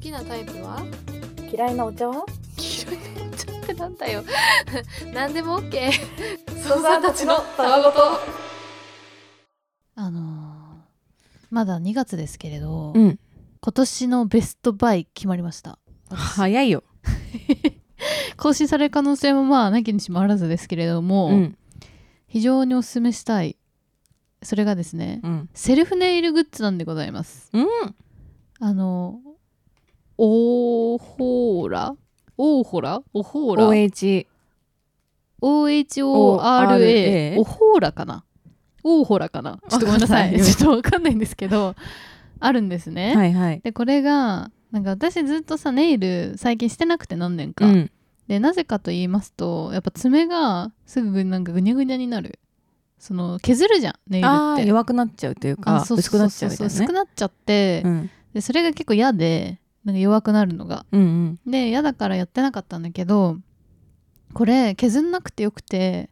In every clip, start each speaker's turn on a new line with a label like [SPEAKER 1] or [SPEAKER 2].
[SPEAKER 1] きなタイプは
[SPEAKER 2] 嫌いなお茶は
[SPEAKER 1] 黄色いのちゃってなんだよ何でも OK
[SPEAKER 2] 父さんたちのたわごと
[SPEAKER 3] あのーまだ2月ですけれど、
[SPEAKER 4] うん
[SPEAKER 3] 今年のベストバイ決まりました私
[SPEAKER 4] 早いよ、
[SPEAKER 3] 更新される可能性もまあなきにしもあらずですけれども、
[SPEAKER 4] うん
[SPEAKER 3] 非常におすすめしたいそれがですね、
[SPEAKER 4] うん
[SPEAKER 3] セルフネイルグッズなんでございます
[SPEAKER 4] うん、
[SPEAKER 3] あのーオーホーラオーホラオホーラ
[SPEAKER 4] OH
[SPEAKER 3] OHORA
[SPEAKER 4] ORA
[SPEAKER 3] おほーらかなおーほらか なちょっとごめんなさい
[SPEAKER 4] わかんない
[SPEAKER 3] ちょっとわかんないんですけどあるんですね、
[SPEAKER 4] はいはい
[SPEAKER 3] でこれがなんか私ずっとさネイル最近してなくて何年か、
[SPEAKER 4] うん
[SPEAKER 3] でなぜかと言いますとやっぱ爪がすぐなんかぐにゃぐにゃになるその削るじゃんネイル
[SPEAKER 4] あー
[SPEAKER 3] って
[SPEAKER 4] 弱くなっちゃうというか
[SPEAKER 3] そうそうそうそう
[SPEAKER 4] 薄くなっちゃうみたいなね
[SPEAKER 3] 薄くなっちゃって、
[SPEAKER 4] うん
[SPEAKER 3] でそれが結構嫌でなんか弱くなるのが
[SPEAKER 4] うんうん
[SPEAKER 3] で嫌だからやってなかったんだけどこれ削んなくてよくて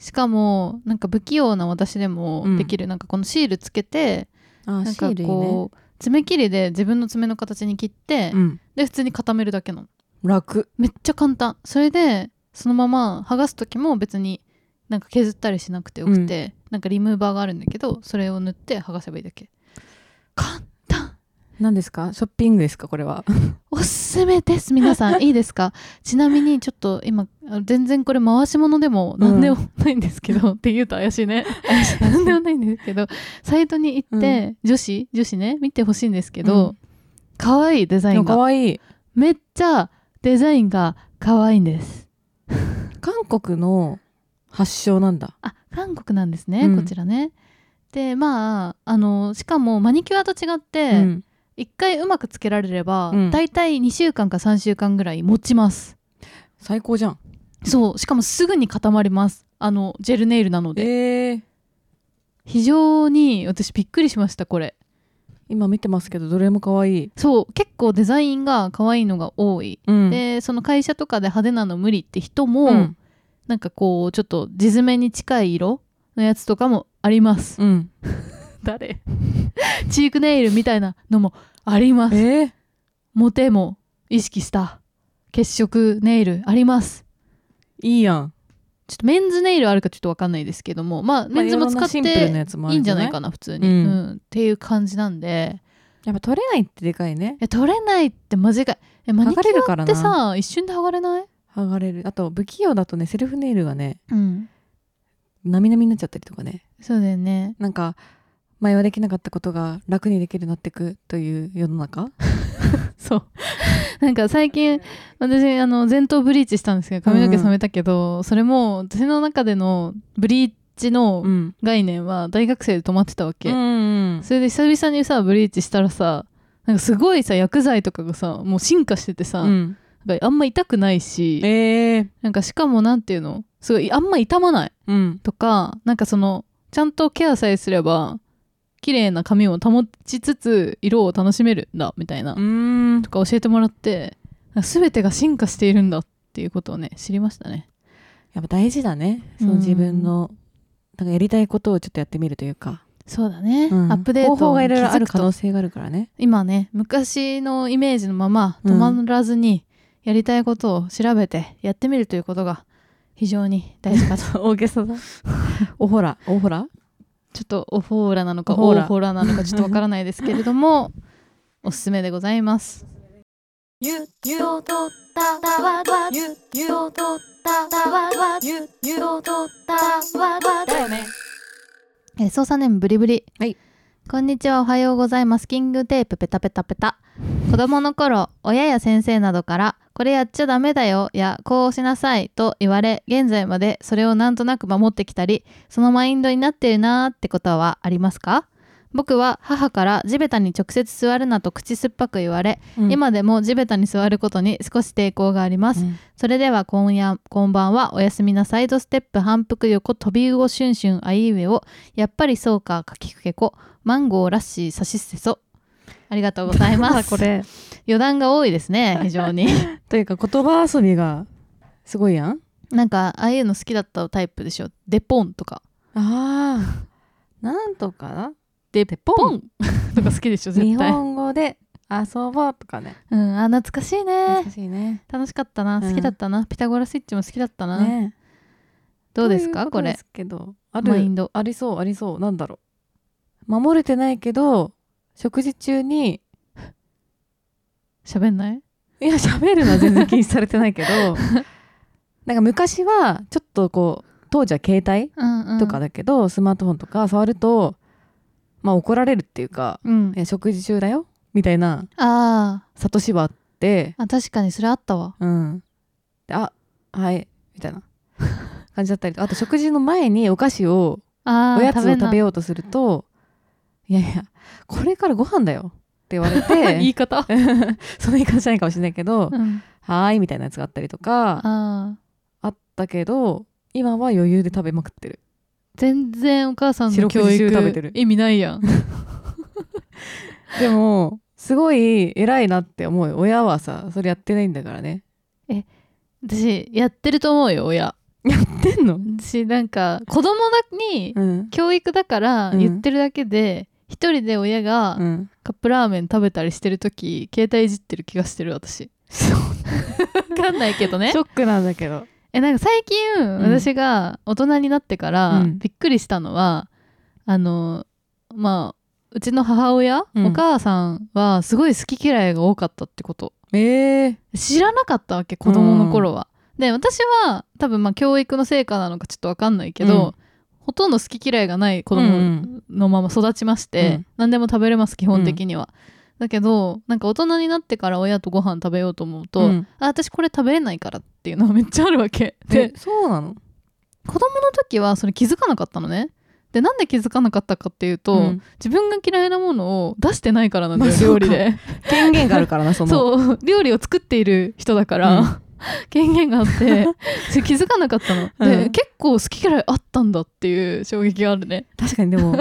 [SPEAKER 3] しかもなんか不器用な私でもできる、なんかこのシールつけて
[SPEAKER 4] あー
[SPEAKER 3] なん
[SPEAKER 4] シー
[SPEAKER 3] か
[SPEAKER 4] ルいいね
[SPEAKER 3] こう爪切りで自分の爪の形に切って、
[SPEAKER 4] うん
[SPEAKER 3] で普通に固めるだけなの
[SPEAKER 4] 楽
[SPEAKER 3] めっちゃ簡単それでそのまま剥がす時も別になんか削ったりしなくてよくて、なんかリムーバーがあるんだけどそれを塗って剥がせばいいだけ簡単
[SPEAKER 4] 何ですかショッピングですかこれは
[SPEAKER 3] おすすめです皆さ んいいですかちなみにちょっと今あの全然これ回し物でも何でもないんですけど、 って言うと怪しい ね何でもないんですけどサイトに行って、女子女子ね見てほしいんですけ
[SPEAKER 4] う
[SPEAKER 3] ど可愛、いいデザイ ン
[SPEAKER 4] か
[SPEAKER 3] が
[SPEAKER 4] わいい
[SPEAKER 3] めっちゃデザインが可愛いんです
[SPEAKER 4] 韓国の発祥なんだ
[SPEAKER 3] あ韓国なんですね、
[SPEAKER 4] うん
[SPEAKER 3] こちらね。でまああのしかもマニキュアと違っ
[SPEAKER 4] う
[SPEAKER 3] て、
[SPEAKER 4] ん
[SPEAKER 3] 一回うまくつけられれば、
[SPEAKER 4] うん
[SPEAKER 3] だいたい2週間か3週間ぐらい持ちます。
[SPEAKER 4] 最高じゃん
[SPEAKER 3] そうしかもすぐに固まりますあのジェルネイルなので
[SPEAKER 4] えー
[SPEAKER 3] 非常に私びっくりしましたこれ
[SPEAKER 4] 今見てますけどどれも可愛い
[SPEAKER 3] そう結構デザインが可愛いのが多い、
[SPEAKER 4] うん
[SPEAKER 3] でその会社とかで派手なの無理って人も、
[SPEAKER 4] うん
[SPEAKER 3] なんかこうちょっと地爪に近い色のやつとかもあり ます
[SPEAKER 4] うん
[SPEAKER 3] 誰 チークネイルみたいなのもありま
[SPEAKER 4] え
[SPEAKER 3] す
[SPEAKER 4] ー
[SPEAKER 3] モテも意識した血色ネイルあります
[SPEAKER 4] いいやん
[SPEAKER 3] ちょっとメンズネイルあるかちょっとわかんないですけどもまあ
[SPEAKER 4] ま
[SPEAKER 3] メ
[SPEAKER 4] あ
[SPEAKER 3] ンズも
[SPEAKER 4] いろん
[SPEAKER 3] 使
[SPEAKER 4] な
[SPEAKER 3] って
[SPEAKER 4] シンプルなやつもあ
[SPEAKER 3] いい
[SPEAKER 4] る
[SPEAKER 3] んじゃ
[SPEAKER 4] ね
[SPEAKER 3] ないかな普通に、う
[SPEAKER 4] うんん
[SPEAKER 3] っていう感じなんで
[SPEAKER 4] やっぱ取れないってでかいね
[SPEAKER 3] いや取れないってマジかいえマニ
[SPEAKER 4] 剥
[SPEAKER 3] キ
[SPEAKER 4] がれる
[SPEAKER 3] ュ
[SPEAKER 4] か
[SPEAKER 3] ア
[SPEAKER 4] ら
[SPEAKER 3] って
[SPEAKER 4] な
[SPEAKER 3] さ一瞬で剥がれない、
[SPEAKER 4] 剥がれるあと不器用だとねセルフネイルがね
[SPEAKER 3] うん、
[SPEAKER 4] なみなみになっちゃったりとかね
[SPEAKER 3] そうだよね
[SPEAKER 4] なんか前はできなかったことが楽にできるようになってくという世の中
[SPEAKER 3] そう なんか最近私あの前頭ブリーチしたんですけど髪の毛染めたけど、それも私の中でのブリーチの
[SPEAKER 4] ん
[SPEAKER 3] 概念は大学生で止まってたわけ、
[SPEAKER 4] うん
[SPEAKER 3] それで久々にさブリーチしたらさなんかすごいさ薬剤とかがさもう進化しててさ、
[SPEAKER 4] うん
[SPEAKER 3] なんかあんま痛くないし
[SPEAKER 4] ええ
[SPEAKER 3] なんかしかもなんていうのすごいあんま痛まない
[SPEAKER 4] うん
[SPEAKER 3] とかなんかそのちゃんとケアさえすれば綺麗な髪を保ちつつ色を楽しめるんだみたいな、
[SPEAKER 4] うん
[SPEAKER 3] とか教えてもらってなんか全てが進化しているんだっていうことをね知りましたね
[SPEAKER 4] やっぱ大事だねその自分のなんかやりたいことをちょっとやってみるというか、
[SPEAKER 3] そうだね、
[SPEAKER 4] うん
[SPEAKER 3] アップデート
[SPEAKER 4] 方法がいろいろある
[SPEAKER 3] 気づくと
[SPEAKER 4] 可能性があるからね
[SPEAKER 3] 今ね昔のイメージのまま
[SPEAKER 4] う
[SPEAKER 3] 止
[SPEAKER 4] ん
[SPEAKER 3] まらずにやりたいことを調べてやってみるということが非常に 大事か と
[SPEAKER 4] 大げさだ おほらおほら
[SPEAKER 3] ちょっとオフォーラなのか
[SPEAKER 4] オフ
[SPEAKER 3] オ
[SPEAKER 4] ォー
[SPEAKER 3] ー
[SPEAKER 4] ラ
[SPEAKER 3] フォーラなのかちょっとわからないですけれどもおすすめでございます
[SPEAKER 1] ゆゆおとったたわわゆゆおとったたわわゆゆおとったわわだよね
[SPEAKER 3] えー捜査ネームブリブリ
[SPEAKER 4] はい
[SPEAKER 3] こんにちはおはようございますキングテープペタペタペタ子供の頃親や先生などからこれやっちゃダメだよやこうしなさいと言われ現在までそれをなんとなく守ってきたりそのマインドになってるなーってことはありますか僕は母から地べたに直接座るなと口酸っぱく言われ、今でも地べたに座ることに少し抵抗があります、
[SPEAKER 4] うん
[SPEAKER 3] それでは今夜こんばんはおやすみなサイドステップ反復横飛び魚シュンシュンあいうえをやっぱりそうかかきくけこマンゴーラッシーさしっせそありがとうござい
[SPEAKER 4] なん
[SPEAKER 3] ま
[SPEAKER 4] だ
[SPEAKER 3] す
[SPEAKER 4] これ
[SPEAKER 3] 余談が多いですね非常に
[SPEAKER 4] というか言葉遊びがすごいやん
[SPEAKER 3] なんかああいうの好きだったタイプでしょデポンとか
[SPEAKER 4] ああなんとかな
[SPEAKER 3] デポン とか好きでしょ
[SPEAKER 4] 日
[SPEAKER 3] 絶対
[SPEAKER 4] 本語で遊ぼうとかね
[SPEAKER 3] うんあ懐かしいね
[SPEAKER 4] 懐かしいね
[SPEAKER 3] 楽しかったな
[SPEAKER 4] うん
[SPEAKER 3] 好きだったな、ピタゴラスイッチも好きだったな、
[SPEAKER 4] ね
[SPEAKER 3] どうですか
[SPEAKER 4] とい
[SPEAKER 3] こと
[SPEAKER 4] で
[SPEAKER 3] れ
[SPEAKER 4] すけどあ
[SPEAKER 3] マインド
[SPEAKER 4] るありそうありそうなんだろう守れてないけど食事中に
[SPEAKER 3] 喋んない
[SPEAKER 4] いや喋るのは全然禁止されてないけ どなんか昔はちょっとこう当時は携帯
[SPEAKER 3] うんうん
[SPEAKER 4] とかだけど、スマートフォンとか触るとまあ怒られるっていうか、
[SPEAKER 3] うん
[SPEAKER 4] いや食事中だよみたいな
[SPEAKER 3] あ
[SPEAKER 4] 諭しはあって
[SPEAKER 3] ーあ確かにそれあったわ
[SPEAKER 4] うんであはいみたいな感じだったりとあと食事の前にお菓子を
[SPEAKER 3] あー
[SPEAKER 4] おやつを
[SPEAKER 3] んな
[SPEAKER 4] 食べようとすると「いやいやこれからご飯だよ」って言われ て
[SPEAKER 3] 方
[SPEAKER 4] その言い方じゃないかもしれないけど
[SPEAKER 3] うん
[SPEAKER 4] 「はーい」みたいなやつがあったりとか
[SPEAKER 3] あー
[SPEAKER 4] あったけど今は余裕で食べまくってる
[SPEAKER 3] 全然お母さん
[SPEAKER 4] 四
[SPEAKER 3] の
[SPEAKER 4] 六
[SPEAKER 3] 教
[SPEAKER 4] 時中
[SPEAKER 3] 育
[SPEAKER 4] 食べてる
[SPEAKER 3] 意味ないやん
[SPEAKER 4] でもすごい偉いなって思うよ親はさそれやってないんだからね
[SPEAKER 3] 私やってると思うよ親
[SPEAKER 4] やってんの
[SPEAKER 3] 私なんか子供だに
[SPEAKER 4] うん
[SPEAKER 3] 教育だから
[SPEAKER 4] うん
[SPEAKER 3] 言ってるだけで、一人で親が
[SPEAKER 4] うん
[SPEAKER 3] カップラーメン食べたりしてる時携帯いじってる気がしてる私
[SPEAKER 4] そう
[SPEAKER 3] 分かんないけど ね
[SPEAKER 4] ショックなんだけど
[SPEAKER 3] えなんか最近、
[SPEAKER 4] ん
[SPEAKER 3] 私が大人になってから、
[SPEAKER 4] うん
[SPEAKER 3] びっくりしたのはあのまあうちの母親、
[SPEAKER 4] うん
[SPEAKER 3] お母さんはすごい好き嫌いが多かったってこと
[SPEAKER 4] ええ
[SPEAKER 3] 知らなかったわけ子供の頃は、で私は多分まあ教育の成果なのかちょっと分かんないけど、
[SPEAKER 4] うん
[SPEAKER 3] ほとんど好き嫌いがない子
[SPEAKER 4] う
[SPEAKER 3] 供
[SPEAKER 4] ん
[SPEAKER 3] のまま育ちまして、
[SPEAKER 4] うん
[SPEAKER 3] 何でも食べれます基本的には、だけどなんか大人になってから親とご飯食べようと思うと、
[SPEAKER 4] うん
[SPEAKER 3] あ私これ食べれないからっていうのはめっちゃあるわけで
[SPEAKER 4] えそうなの
[SPEAKER 3] 子供の時はそれ気づかなかったのねでなんで気づかなかったかっていうと、
[SPEAKER 4] うん
[SPEAKER 3] 自分が嫌いなものを出してないからなんだよ
[SPEAKER 4] まあ
[SPEAKER 3] 料理で
[SPEAKER 4] 権限があるからなその
[SPEAKER 3] そう料理を作っている人だから、
[SPEAKER 4] う
[SPEAKER 3] 権限があってそれ気づかなかったの、
[SPEAKER 4] う
[SPEAKER 3] で
[SPEAKER 4] ん
[SPEAKER 3] 結構好き嫌いあったんだっていう衝撃があるね、
[SPEAKER 4] 確かにで も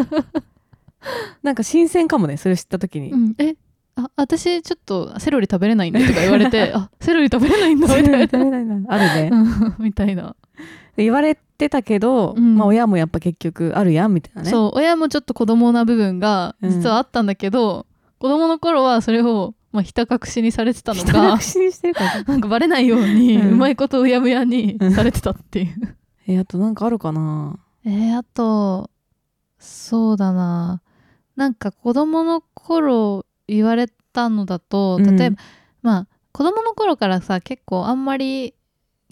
[SPEAKER 4] なんか新鮮かもねそれを知った時に、
[SPEAKER 3] うん、えあ私ちょっとセロリ食べれないんだとか言われ てあセロリ食べれないんだみ
[SPEAKER 4] そ
[SPEAKER 3] た
[SPEAKER 4] れ
[SPEAKER 3] いな
[SPEAKER 4] 食べないなあるね、
[SPEAKER 3] うん みたいな、
[SPEAKER 4] で言われてたけど、
[SPEAKER 3] うん
[SPEAKER 4] まあ親もやっぱ結局あるやんみたいなね
[SPEAKER 3] そう親もちょっと子供な部分が実はあったんだけど、子供の頃はそれを、まあ、ひた隠しにされて たの
[SPEAKER 4] 人の
[SPEAKER 3] か
[SPEAKER 4] 口にしてるから
[SPEAKER 3] なんかバレないように、う
[SPEAKER 4] うん
[SPEAKER 3] まいことうやむやに
[SPEAKER 4] うん
[SPEAKER 3] されてたっていう、
[SPEAKER 4] えあとなんかあるかな
[SPEAKER 3] えーあとそうだななんか子供の頃言われたのだと
[SPEAKER 4] うん
[SPEAKER 3] 例えば、まあ子供の頃からさ結構あんまり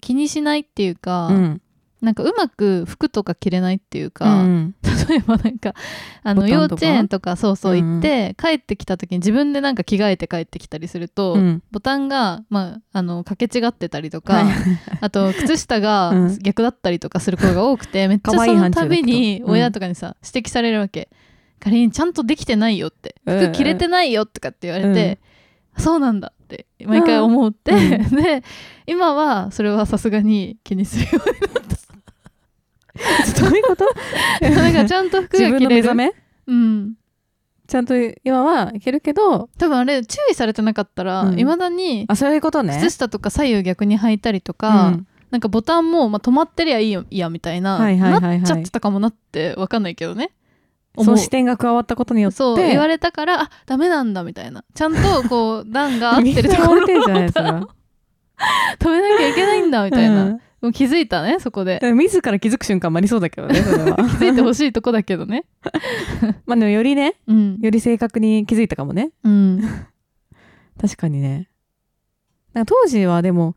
[SPEAKER 3] 気にしないっていうか、
[SPEAKER 4] うん
[SPEAKER 3] なんかうまく服とか着れないっていうか、
[SPEAKER 4] うん
[SPEAKER 3] 例えばなんかあの
[SPEAKER 4] ボタンと
[SPEAKER 3] 幼
[SPEAKER 4] か
[SPEAKER 3] 稚園とかそうそう
[SPEAKER 4] うん
[SPEAKER 3] 行って、帰ってきた時に自分でなんか着替えて帰ってきたりすると、
[SPEAKER 4] うん
[SPEAKER 3] ボタンが、まあ、あのかけ違ってたりとか、
[SPEAKER 4] はい
[SPEAKER 3] あと靴下が
[SPEAKER 4] うん
[SPEAKER 3] 逆だったりとかする子が多くて、めっちゃ
[SPEAKER 4] 可愛
[SPEAKER 3] そ
[SPEAKER 4] い
[SPEAKER 3] の
[SPEAKER 4] 範疇だ
[SPEAKER 3] た
[SPEAKER 4] け
[SPEAKER 3] び
[SPEAKER 4] ど
[SPEAKER 3] に
[SPEAKER 4] うん
[SPEAKER 3] 親とかにさ、指摘されるわけかりんちゃんとできてないよって
[SPEAKER 4] うん
[SPEAKER 3] 服着れてないよとかって言われて、そうなんだって毎回思って、
[SPEAKER 4] う
[SPEAKER 3] で今はそれはさすがに気にする ようになった
[SPEAKER 4] どういうこと
[SPEAKER 3] なんかちゃんと服
[SPEAKER 4] 自
[SPEAKER 3] が
[SPEAKER 4] 分
[SPEAKER 3] 着
[SPEAKER 4] の
[SPEAKER 3] れる
[SPEAKER 4] 目覚め
[SPEAKER 3] うん、
[SPEAKER 4] ちゃんと今はいけるけど
[SPEAKER 3] 多分あれ注意されてなかったら
[SPEAKER 4] うん
[SPEAKER 3] いま、未だに
[SPEAKER 4] あそういうことね
[SPEAKER 3] 靴下とか左右逆に履いたりとか、
[SPEAKER 4] うん
[SPEAKER 3] なんかボタンも、まあ、止まってりゃいいよいいやみたいな、
[SPEAKER 4] はいはいはいはい
[SPEAKER 3] なっちゃってたかもなって分かんないけどね。
[SPEAKER 4] そ
[SPEAKER 3] 思
[SPEAKER 4] の
[SPEAKER 3] う
[SPEAKER 4] 視点が加わったことによって
[SPEAKER 3] そう言われたからあダメなんだみたいなちゃんとこう段が合ってるとこ
[SPEAKER 4] みんな言わ
[SPEAKER 3] ろ
[SPEAKER 4] れ
[SPEAKER 3] を
[SPEAKER 4] てんじゃない です
[SPEAKER 3] 止めなきゃいけないんだみたいな、もう気づいたねそこ で
[SPEAKER 4] うん、自ら気づく瞬間もありそうだけどね それは
[SPEAKER 3] 気づいてほしいとこだけどね
[SPEAKER 4] まあでもよりね
[SPEAKER 3] うん、
[SPEAKER 4] より正確に気づいたかもね
[SPEAKER 3] うん、
[SPEAKER 4] 確かにねなんか当時はでも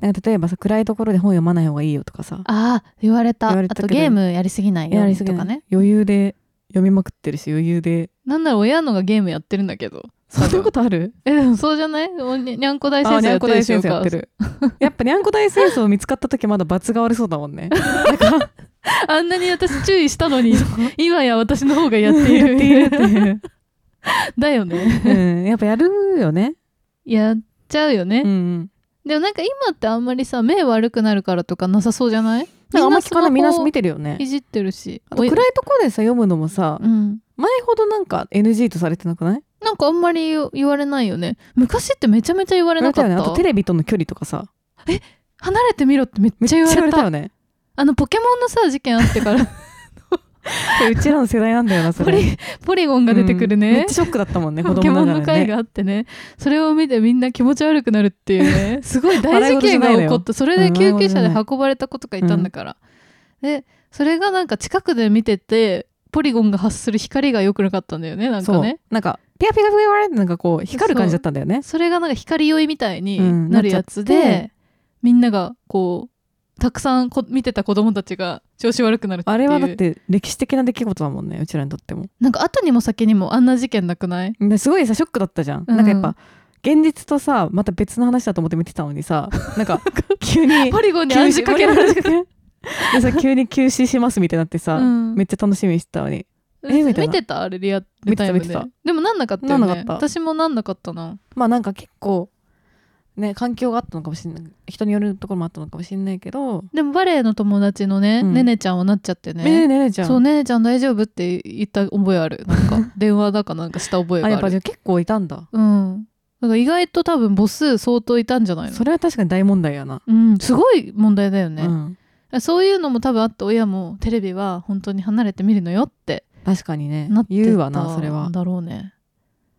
[SPEAKER 4] なんか例えばさ暗いところで本読まない方がいいよとかさ
[SPEAKER 3] ああ言われた
[SPEAKER 4] 言われた
[SPEAKER 3] あと
[SPEAKER 4] けど
[SPEAKER 3] ゲームやりすぎないようにとかね
[SPEAKER 4] 余裕で読みまくってるし余裕で
[SPEAKER 3] なんなら親のがゲームやってるんだけど
[SPEAKER 4] そんなことある
[SPEAKER 3] えでもそうじゃないおににゃんこ大
[SPEAKER 4] あ
[SPEAKER 3] 戦争
[SPEAKER 4] に
[SPEAKER 3] や
[SPEAKER 4] ゃ
[SPEAKER 3] って
[SPEAKER 4] んこ
[SPEAKER 3] るで
[SPEAKER 4] 大
[SPEAKER 3] し
[SPEAKER 4] 戦
[SPEAKER 3] ょ
[SPEAKER 4] 争やってるやっぱにゃんこ大戦争見つかった時まだ罰が悪そうだも んね
[SPEAKER 3] お母さんあんなに私注意したの に今や私の方がやっている
[SPEAKER 4] やっている っ
[SPEAKER 3] だよね
[SPEAKER 4] ていう、うん、やっぱやるよね
[SPEAKER 3] やっちゃうよね、
[SPEAKER 4] うん
[SPEAKER 3] でもなんか今ってあんまりさ目悪くなるからとかなさそうじゃない
[SPEAKER 4] なんかあんま聞かないみ
[SPEAKER 3] ス
[SPEAKER 4] ん
[SPEAKER 3] マ
[SPEAKER 4] な
[SPEAKER 3] ホ
[SPEAKER 4] 見てるよね
[SPEAKER 3] いじってるし
[SPEAKER 4] あと
[SPEAKER 3] おい
[SPEAKER 4] 暗いとこでさ読むのもさ
[SPEAKER 3] うん
[SPEAKER 4] 前ほどなんか NG とされてなくない
[SPEAKER 3] なんかあんまり言言われないよね昔ってめちゃめちゃ言われ
[SPEAKER 4] 言わ
[SPEAKER 3] なか
[SPEAKER 4] れた
[SPEAKER 3] っ
[SPEAKER 4] よね
[SPEAKER 3] た
[SPEAKER 4] あとテレビとの距離とかさ
[SPEAKER 3] 離れてみろってめっ
[SPEAKER 4] めっ
[SPEAKER 3] ち
[SPEAKER 4] ち
[SPEAKER 3] ゃ
[SPEAKER 4] ゃ
[SPEAKER 3] 言われ
[SPEAKER 4] 言
[SPEAKER 3] た
[SPEAKER 4] われたよね
[SPEAKER 3] あのポケモンのさ事件あってから
[SPEAKER 4] でうちらの世代なんだよな そ
[SPEAKER 3] ポ
[SPEAKER 4] れ
[SPEAKER 3] リポリゴンが出てくる
[SPEAKER 4] うんめ
[SPEAKER 3] ね
[SPEAKER 4] っちゃ、ショックだったもんね子
[SPEAKER 3] ポケモ
[SPEAKER 4] 供
[SPEAKER 3] ン
[SPEAKER 4] な
[SPEAKER 3] の
[SPEAKER 4] がら
[SPEAKER 3] 回
[SPEAKER 4] ね
[SPEAKER 3] があってねそれを見てみんな気持ち悪くなるっていうね すごい大事件が起こったそれで救急車で運ばれた子とかいたんだから、でそれがなんか近くで見ててポリゴンが発する光が良くなかったんだよねなん
[SPEAKER 4] そ
[SPEAKER 3] か
[SPEAKER 4] う
[SPEAKER 3] ね
[SPEAKER 4] なんかピカピカピカピカってなんかこう光る感じだったんだよね
[SPEAKER 3] それがなんか光酔いみたい
[SPEAKER 4] うん
[SPEAKER 3] になるやつで、
[SPEAKER 4] なっちゃって
[SPEAKER 3] みんながこうたくさんこ見てた子供たちが調子悪くなるっていう
[SPEAKER 4] あれはだって歴史的な出来事だもんねうちらにとっても
[SPEAKER 3] なんか後にも先にもあんな事件なくない
[SPEAKER 4] ですごいさショックだったじゃん、
[SPEAKER 3] うん
[SPEAKER 4] なんかやっぱ現実とさまた別の話だと思って見てたのにさなんか急に
[SPEAKER 3] ポリゴンに暗示かけられる
[SPEAKER 4] 急にでさ急に休止しますみたいになってさ、
[SPEAKER 3] うん
[SPEAKER 4] めっちゃ楽しみにしてたのにえみたいな
[SPEAKER 3] 見てたあれリアルタイムで
[SPEAKER 4] 見てた見て
[SPEAKER 3] でもなんなかったよね
[SPEAKER 4] なんなかった
[SPEAKER 3] 私もなんなかったな
[SPEAKER 4] まあなんか結構ね環境があったのかもしれない人によるところもあったのかもしれないけど
[SPEAKER 3] でもバレエの友達のね、
[SPEAKER 4] うん
[SPEAKER 3] ねねちゃんはなっちゃってね
[SPEAKER 4] ねえねえちゃん
[SPEAKER 3] そうねねちゃん大丈夫って言った覚えあるなんか電話だかなんかした覚え
[SPEAKER 4] あやっ
[SPEAKER 3] があ
[SPEAKER 4] ぱじゃ
[SPEAKER 3] る
[SPEAKER 4] あ結構いたんだ
[SPEAKER 3] うんだから意外と多分母数相当いたんじゃないの
[SPEAKER 4] それは確かに大問題やな、
[SPEAKER 3] うんすごい問題だよ
[SPEAKER 4] う
[SPEAKER 3] ね、
[SPEAKER 4] ん、
[SPEAKER 3] そういうのも多分あって親もテレビは本当に離れて見るのよって
[SPEAKER 4] 確かにね
[SPEAKER 3] なってた
[SPEAKER 4] 言うわなそれは
[SPEAKER 3] んだろうね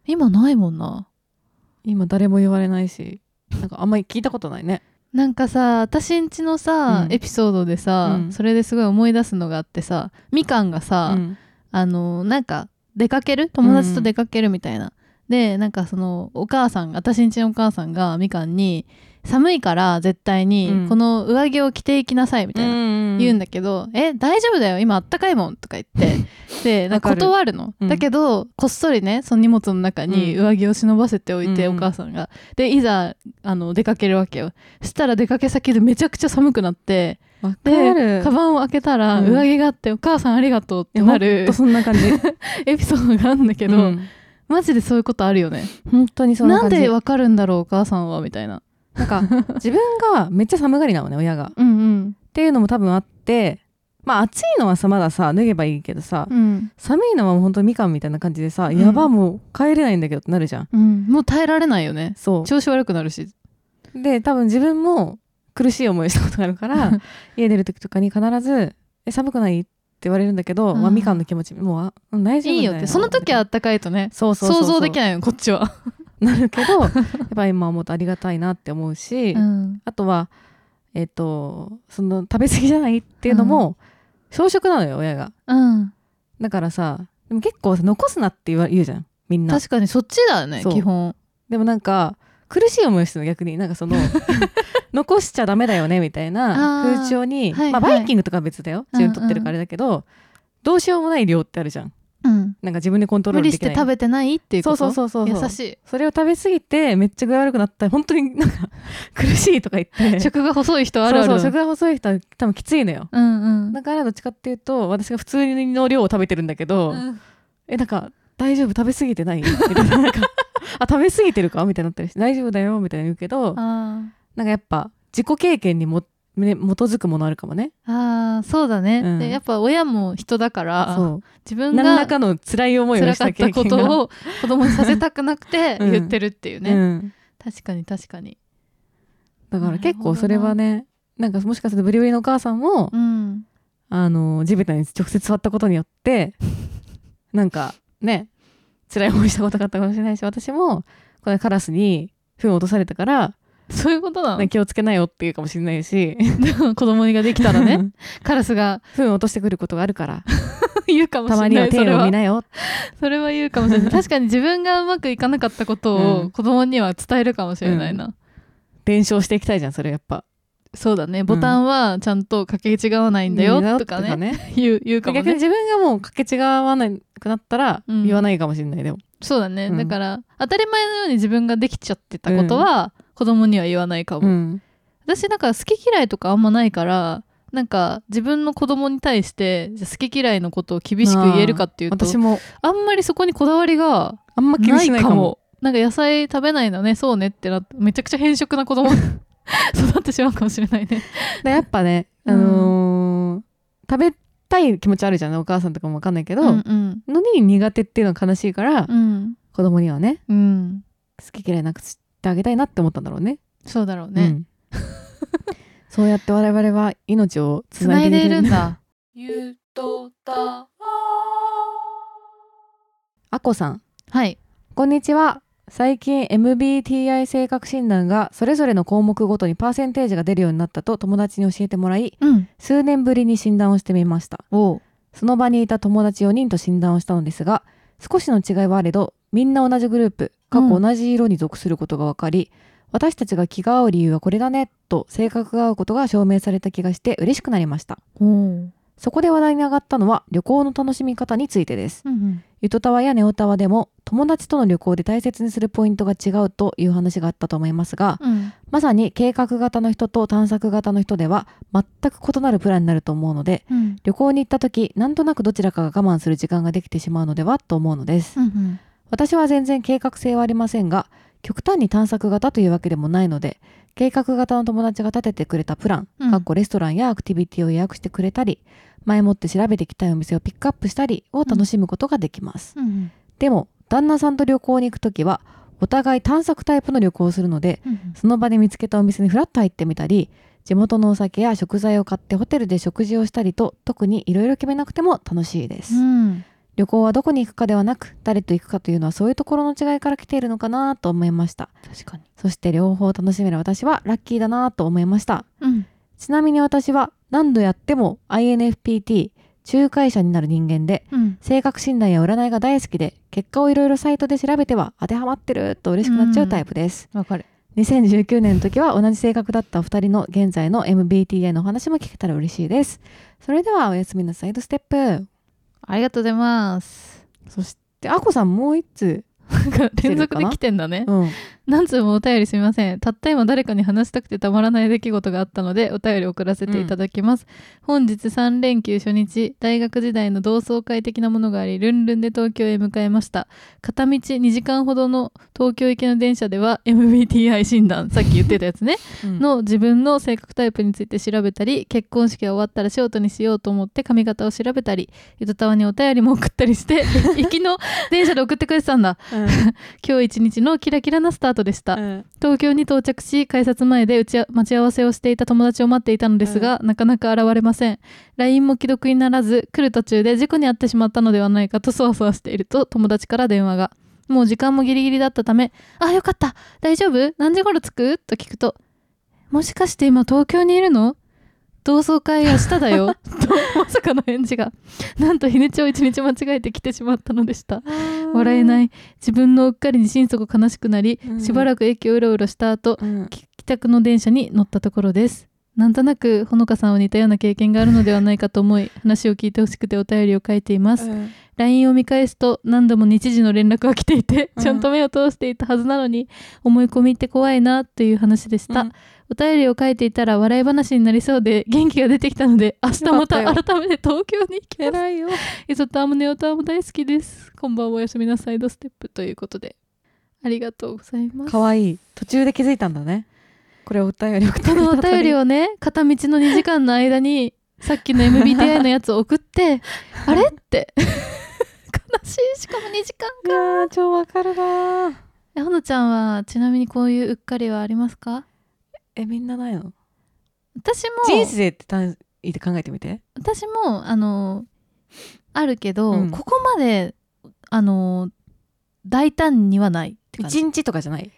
[SPEAKER 3] 今ないもんな
[SPEAKER 4] 今誰も言われないしなんかあんまり聞いたことないね
[SPEAKER 3] なんかさ私んちのさ、
[SPEAKER 4] うん
[SPEAKER 3] エピソードでさ、
[SPEAKER 4] うん
[SPEAKER 3] それですごい思い出すのがあってさみかんがさ、
[SPEAKER 4] うん
[SPEAKER 3] あのなんか出かける友達と出かけるみたいな、でなんかそのお母さん私んちのお母さんがみかんに寒いから絶対
[SPEAKER 4] う
[SPEAKER 3] に
[SPEAKER 4] ん
[SPEAKER 3] この上着を着ていきなさいみたいな、言うんだけど「え大丈夫だよ今あったかいもん」とか言って でなんか
[SPEAKER 4] わかる
[SPEAKER 3] 断るの
[SPEAKER 4] うん
[SPEAKER 3] だけどこっそりねその荷物の中に
[SPEAKER 4] う
[SPEAKER 3] 上着を忍ばせておいて、
[SPEAKER 4] うん
[SPEAKER 3] お母さんがでいざあの出かけるわけよそしたら出かけ先でめちゃくちゃ寒くなって
[SPEAKER 4] わか
[SPEAKER 3] で
[SPEAKER 4] る
[SPEAKER 3] カバンを開けたら
[SPEAKER 4] うん
[SPEAKER 3] 上着があって「お母さんありがとう」っ
[SPEAKER 4] い
[SPEAKER 3] て
[SPEAKER 4] や
[SPEAKER 3] なる
[SPEAKER 4] ほんとそんな感じ
[SPEAKER 3] エピソードがあるんだけ
[SPEAKER 4] け
[SPEAKER 3] ど、
[SPEAKER 4] ど、
[SPEAKER 3] マジでそういうことあるよね
[SPEAKER 4] 本当にそんな
[SPEAKER 3] なん
[SPEAKER 4] 感じ
[SPEAKER 3] でわかるんだろうお母さんはみたいな
[SPEAKER 4] なんか自分がめっちゃ寒がりなのね親がっ
[SPEAKER 3] うん
[SPEAKER 4] ていうのも多分あってまあ暑いのはさまださ脱げばいいけどさ、
[SPEAKER 3] うんうん
[SPEAKER 4] 寒いのはもう本当みかんみたいな感じでさ、
[SPEAKER 3] ん
[SPEAKER 4] やばもう帰れないんだけどってなるじゃん
[SPEAKER 3] うんもう耐えられないよね
[SPEAKER 4] そ
[SPEAKER 3] 調子悪くなるし
[SPEAKER 4] うで多分自分も苦しい思いしたことがあるから 家出る時とかに必ず「え寒くない?」って言われるんだけど、
[SPEAKER 3] うん
[SPEAKER 4] まあ、みかんの気持ちもうあうん大丈夫
[SPEAKER 3] いいよってその時はあったかいとね
[SPEAKER 4] そうそうそう
[SPEAKER 3] 想
[SPEAKER 4] そう
[SPEAKER 3] 像できないよこっちは、
[SPEAKER 4] なる けどやっぱ今思うとありがたいなって思うし、
[SPEAKER 3] ん、
[SPEAKER 4] あとはえっ、とその食べ過ぎじゃないっていうのも小食なのよ親が
[SPEAKER 3] うん
[SPEAKER 4] だからさでも結構さ残すなって言わ言うじゃんみんな
[SPEAKER 3] 確かにそっちだよね
[SPEAKER 4] そう
[SPEAKER 3] 基本
[SPEAKER 4] でもなんか苦しい思いをしてるの逆になん かその残しちゃダメだよねみたいな
[SPEAKER 3] あー
[SPEAKER 4] 風潮に
[SPEAKER 3] はい
[SPEAKER 4] まあ、
[SPEAKER 3] は
[SPEAKER 4] バ
[SPEAKER 3] い
[SPEAKER 4] イキングとかは別だよ自分取ってるからあれだけど、どうしようもない量ってあるじゃん
[SPEAKER 3] うん
[SPEAKER 4] なんか自分でコントロー
[SPEAKER 3] 無
[SPEAKER 4] ル
[SPEAKER 3] 理
[SPEAKER 4] で
[SPEAKER 3] し
[SPEAKER 4] きな
[SPEAKER 3] て
[SPEAKER 4] い
[SPEAKER 3] 食べてないっていうこと
[SPEAKER 4] そうそうそうそう
[SPEAKER 3] 優しい
[SPEAKER 4] それを食べ過ぎてめっちゃ具合悪くなったら本当になんか苦しいとか言って
[SPEAKER 3] 食が細い人あるある
[SPEAKER 4] そう
[SPEAKER 3] だ
[SPEAKER 4] そう食が細い人は多分きついのよ
[SPEAKER 3] うんうん
[SPEAKER 4] だからどっちかっていうと私が普通の量を食べてるんだけど、
[SPEAKER 3] うん
[SPEAKER 4] えなんか大丈夫食べ過ぎてないみたいななんかあ食べ過ぎてるかみたいになったりして大丈夫だよみたいな言うけど
[SPEAKER 3] あ
[SPEAKER 4] なんかやっぱ自己経験にも、ね、基づくものあるかもね
[SPEAKER 3] ーあーそうだね、
[SPEAKER 4] うん
[SPEAKER 3] でやっぱ親も人だから
[SPEAKER 4] そ
[SPEAKER 3] 自分
[SPEAKER 4] う何
[SPEAKER 3] が
[SPEAKER 4] らかの辛い思いを
[SPEAKER 3] 辛
[SPEAKER 4] し
[SPEAKER 3] か
[SPEAKER 4] た
[SPEAKER 3] っ
[SPEAKER 4] 経
[SPEAKER 3] たこ
[SPEAKER 4] 験が
[SPEAKER 3] とを子供にさせたくなくて
[SPEAKER 4] うん
[SPEAKER 3] 言ってるっていうね、
[SPEAKER 4] うん
[SPEAKER 3] 確かに確かに
[SPEAKER 4] だから結構それはねなんかもしかするとブリブリのお母さんも、
[SPEAKER 3] うん
[SPEAKER 4] あの地べたに直接座ったことによってなんかね辛い思いしたことがあったかもしれないし私もこれカラスに糞を落とされたから
[SPEAKER 3] そういうことな
[SPEAKER 4] なんか
[SPEAKER 3] の
[SPEAKER 4] 気をつけなよっていうかもしれないし
[SPEAKER 3] 子供ができたらね カラスが
[SPEAKER 4] 糞を落としてくることがあるから
[SPEAKER 3] 言うかも
[SPEAKER 4] たま
[SPEAKER 3] しれ
[SPEAKER 4] に
[SPEAKER 3] な
[SPEAKER 4] はい
[SPEAKER 3] それ
[SPEAKER 4] 手を
[SPEAKER 3] は
[SPEAKER 4] 見なよ
[SPEAKER 3] それは言うかもし れない確かに自分がうまくいかなかったこと
[SPEAKER 4] う
[SPEAKER 3] を
[SPEAKER 4] ん
[SPEAKER 3] 子供には伝えるかもしれないな、
[SPEAKER 4] 伝承していきたいじゃんそれやっぱ。
[SPEAKER 3] そうだねボタンはちゃんとかけ違わないんだよとかね言う言うかも
[SPEAKER 4] 逆
[SPEAKER 3] ね
[SPEAKER 4] に自分がもうかけ違わなくなったら
[SPEAKER 3] うん
[SPEAKER 4] 言わないかもしれない、でも
[SPEAKER 3] そうだね、
[SPEAKER 4] うん
[SPEAKER 3] だから当たり前のように自分ができちゃってたことは子供には言わないかも、
[SPEAKER 4] ん
[SPEAKER 3] 私なんか好き嫌いとかあんまないからなんか自分の子供に対してじゃあ好き嫌いのことを厳しく言えるかっていうと
[SPEAKER 4] 私も
[SPEAKER 3] あんまりそこにこだわりが
[SPEAKER 4] あんま気に
[SPEAKER 3] ない
[SPEAKER 4] しない
[SPEAKER 3] か
[SPEAKER 4] か
[SPEAKER 3] も
[SPEAKER 4] も。
[SPEAKER 3] なんか野菜食べないのねそうねってなってめちゃくちゃ偏食な子供 育ってしまうかもしれ ないね
[SPEAKER 4] でやっぱね、あのー食べたい気持ちあるじゃんお母さんとかもわかんないけど、
[SPEAKER 3] うんうん
[SPEAKER 4] のに苦手っていうのは悲しいから、
[SPEAKER 3] うん
[SPEAKER 4] 子供にはね
[SPEAKER 3] うん
[SPEAKER 4] 好き嫌いなくしてあげたいなって思ったんだろうね。
[SPEAKER 3] そうだろうね、
[SPEAKER 4] うんそうやって我々は命をつ
[SPEAKER 3] つ
[SPEAKER 4] な
[SPEAKER 3] ないい
[SPEAKER 4] で
[SPEAKER 3] で
[SPEAKER 4] い
[SPEAKER 3] い
[SPEAKER 4] る
[SPEAKER 3] る
[SPEAKER 4] ん
[SPEAKER 3] ん
[SPEAKER 4] だ。
[SPEAKER 3] だ
[SPEAKER 2] ゆとたわ
[SPEAKER 4] あこさん
[SPEAKER 3] はい
[SPEAKER 4] こんにちは最近 MBTI 性格診断がそれぞれの項目ごとにパーセンテージが出るようになったと友達に教えてもらい
[SPEAKER 3] うん
[SPEAKER 4] 数年ぶりに診断をしてみました
[SPEAKER 3] おう
[SPEAKER 4] その場にいた友達4人と診断をしたのですが少しの違いはあれどみんな同じグループ過去
[SPEAKER 3] うん
[SPEAKER 4] 同じ色に属することが分かり、私たちが気が合う理由はこれだねと性格が合うことが証明された気がして嬉しくなりました
[SPEAKER 3] うん
[SPEAKER 4] そこで話題に上がったのは旅行の楽しみ方についてです
[SPEAKER 3] うん
[SPEAKER 4] ゆとたわやネオたわでも友達との旅行で大切にするポイントが違うという話があったと思いますが
[SPEAKER 3] うん
[SPEAKER 4] まさに計画型の人と探索型の人では全く異なるプランになると思うので
[SPEAKER 3] うん
[SPEAKER 4] 旅行に行った時なんとなくどちらかが我慢する時間ができてしまうのではと思うのです、
[SPEAKER 3] うん
[SPEAKER 4] 私は全然計画性はありませんが極端に探索型というわけでもないので計画型の友達が立ててくれたプラン、
[SPEAKER 3] うん
[SPEAKER 4] かっこレストランやアクティビティを予約してくれたり前もって調べてきたいお店をピックアップしたりを楽しむことができます、
[SPEAKER 3] うん
[SPEAKER 4] でも旦那さんと旅行に行く時はお互い探索タイプの旅行をするのでその場で見つけたお店にフラッと入ってみたり地元のお酒や食材を買ってホテルで食事をしたりと特にいろいろ決めなくても楽しいです、
[SPEAKER 3] うん
[SPEAKER 4] 旅行はどこに行くかではなく誰と行くかというのはそういうところの違いから来ているのかなと思いました
[SPEAKER 3] 確かに
[SPEAKER 4] そして両方楽しめる私はラッキーだなと思いました
[SPEAKER 3] うん
[SPEAKER 4] ちなみに私は何度やっても INFPT 仲介者になる人間で
[SPEAKER 3] うん
[SPEAKER 4] 性格診断や占いが大好きで結果をいろいろサイトで調べては当てはまってると嬉しくなっちゃうタイプです、
[SPEAKER 3] わかる
[SPEAKER 4] 2019年の時は同じ性格だったお二人の現在の MBTI のお話も聞けたら嬉しいです。それではおやすみなサイドステップ。
[SPEAKER 3] ありがとうございます
[SPEAKER 4] そして、あこさんもう一つ。
[SPEAKER 3] なんか連続で来てんだね
[SPEAKER 4] うん。
[SPEAKER 3] 何通もお便りすみませんたった今誰かに話したくてたまらない出来事があったのでお便り送らせていただきます、本日3連休初日大学時代の同窓会的なものがありルンルンで東京へ向かいました片道2時間ほどの東京行きの電車では MBTI 診断さっき言ってたやつね
[SPEAKER 4] の、
[SPEAKER 3] の自分の性格タイプについて調べたり結婚式が終わったらショートにしようと思って髪型を調べたりゆとたわにお便りも送ったりして行きの電車で送ってくれてたんだ今日一日のキラキラなスタートでした、 東京に到着し改札前で打ちあ待ち合わせをしていた友達を待っていたのですが、なかなか現れません LINE も既読にならず来る途中で事故に遭ってしまったのではないかとそわそわしていると友達から電話がもう時間もギリギリだったため「あよかった大丈夫何時頃着く?」と聞くと「もしかして今東京にいるの?」同窓会明日だよとまさかの返事がなんと日にちを一日間違えて来てしまったのでした笑え
[SPEAKER 4] い。
[SPEAKER 3] ない自分のうっかりに心底悲しくなり、
[SPEAKER 4] うん
[SPEAKER 3] しばらく駅をうろうろした後
[SPEAKER 4] うん。
[SPEAKER 3] 帰宅の電車に乗ったところですなんとなくほのかさんは似たような経験があるのではないかと 思い話を聞いてほしくてお便りを書いています、LINE を見返すと何度も日時の連絡が来ていて、
[SPEAKER 4] うん
[SPEAKER 3] ちゃんと目を通していたはずなのに思い込みって怖いなという話でした、
[SPEAKER 4] うん
[SPEAKER 3] お便りを書いていたら笑い話になりそうで元気が出てきたので明日また
[SPEAKER 4] よかっ
[SPEAKER 3] 改めて東京に行きます
[SPEAKER 4] 偉いよ。
[SPEAKER 3] イソタームネオターム大好きです。こんばんはおやすみなサイドステップということで。ありがとうございます。
[SPEAKER 4] かわいい。途中で気づいたんだね。これお便り送って
[SPEAKER 3] このお便り
[SPEAKER 4] を。
[SPEAKER 3] をね、片道の2時間の間に、さっきの MBTI のやつを送 って、あれって。悲しい。しかも2時間。
[SPEAKER 4] いやー、超わかるなー
[SPEAKER 3] えほのちゃんは、ちなみにこういううっかりはありますか
[SPEAKER 4] え、みんなないの
[SPEAKER 3] 私も、
[SPEAKER 4] 人生って単位で考えてみて。
[SPEAKER 3] 私も、あの、あるけど、
[SPEAKER 4] うん
[SPEAKER 3] ここまで、あの、大胆にはないって感じ。
[SPEAKER 4] 一日とかじゃない。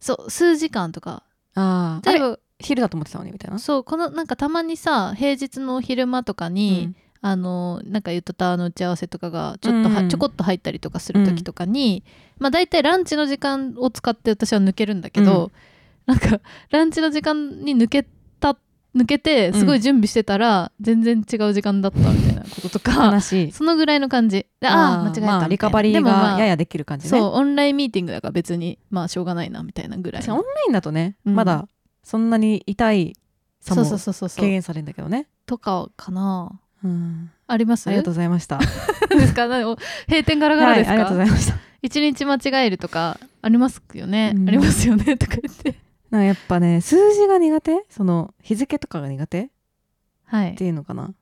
[SPEAKER 3] そう、数時間とか。
[SPEAKER 4] あーあ
[SPEAKER 3] 例え
[SPEAKER 4] れ。
[SPEAKER 3] ば、
[SPEAKER 4] 昼だと思ってたのにみたいな。
[SPEAKER 3] そうこのなんかたまにさ平日の昼間とかに、あのなんかゆとたわの打ち合わせとかがちょっとは、
[SPEAKER 4] うん
[SPEAKER 3] ちょこっと入ったりとかする時とかに、まあ大体ランチの時間を使って私は抜けるんだけど、なんかランチの時間に抜けた抜けてすごい準備してたら、全然違う時間だったみたいなことと
[SPEAKER 4] うん。
[SPEAKER 3] か
[SPEAKER 4] 悲しい。
[SPEAKER 3] そのぐらいの感じでああ間違えたみたいな、
[SPEAKER 4] まあリカバリ
[SPEAKER 3] で
[SPEAKER 4] ー
[SPEAKER 3] もま
[SPEAKER 4] が
[SPEAKER 3] あ
[SPEAKER 4] ややできる感じね。
[SPEAKER 3] そうオンラインミーティングだから別にまあしょうがないなみたいなぐらい
[SPEAKER 4] 確かにオンラインだとね、
[SPEAKER 3] うん
[SPEAKER 4] まだそんなに痛いさ
[SPEAKER 3] そ
[SPEAKER 4] も
[SPEAKER 3] うそうそうそうそ
[SPEAKER 4] 軽
[SPEAKER 3] う
[SPEAKER 4] 減されるんだけどね、
[SPEAKER 3] とかかな
[SPEAKER 4] うん
[SPEAKER 3] あります
[SPEAKER 4] ありがとうございましたはい
[SPEAKER 3] ですかなんかお閉店ガラガラ
[SPEAKER 4] あ
[SPEAKER 3] で
[SPEAKER 4] り
[SPEAKER 3] すか、
[SPEAKER 4] がとうございました
[SPEAKER 3] 一日間違えるとかありますよね、
[SPEAKER 4] うん
[SPEAKER 3] ありますよねとか言って
[SPEAKER 4] なんかやっぱね数字が苦手その日付とかが苦手っ
[SPEAKER 3] はい
[SPEAKER 4] ていうのかな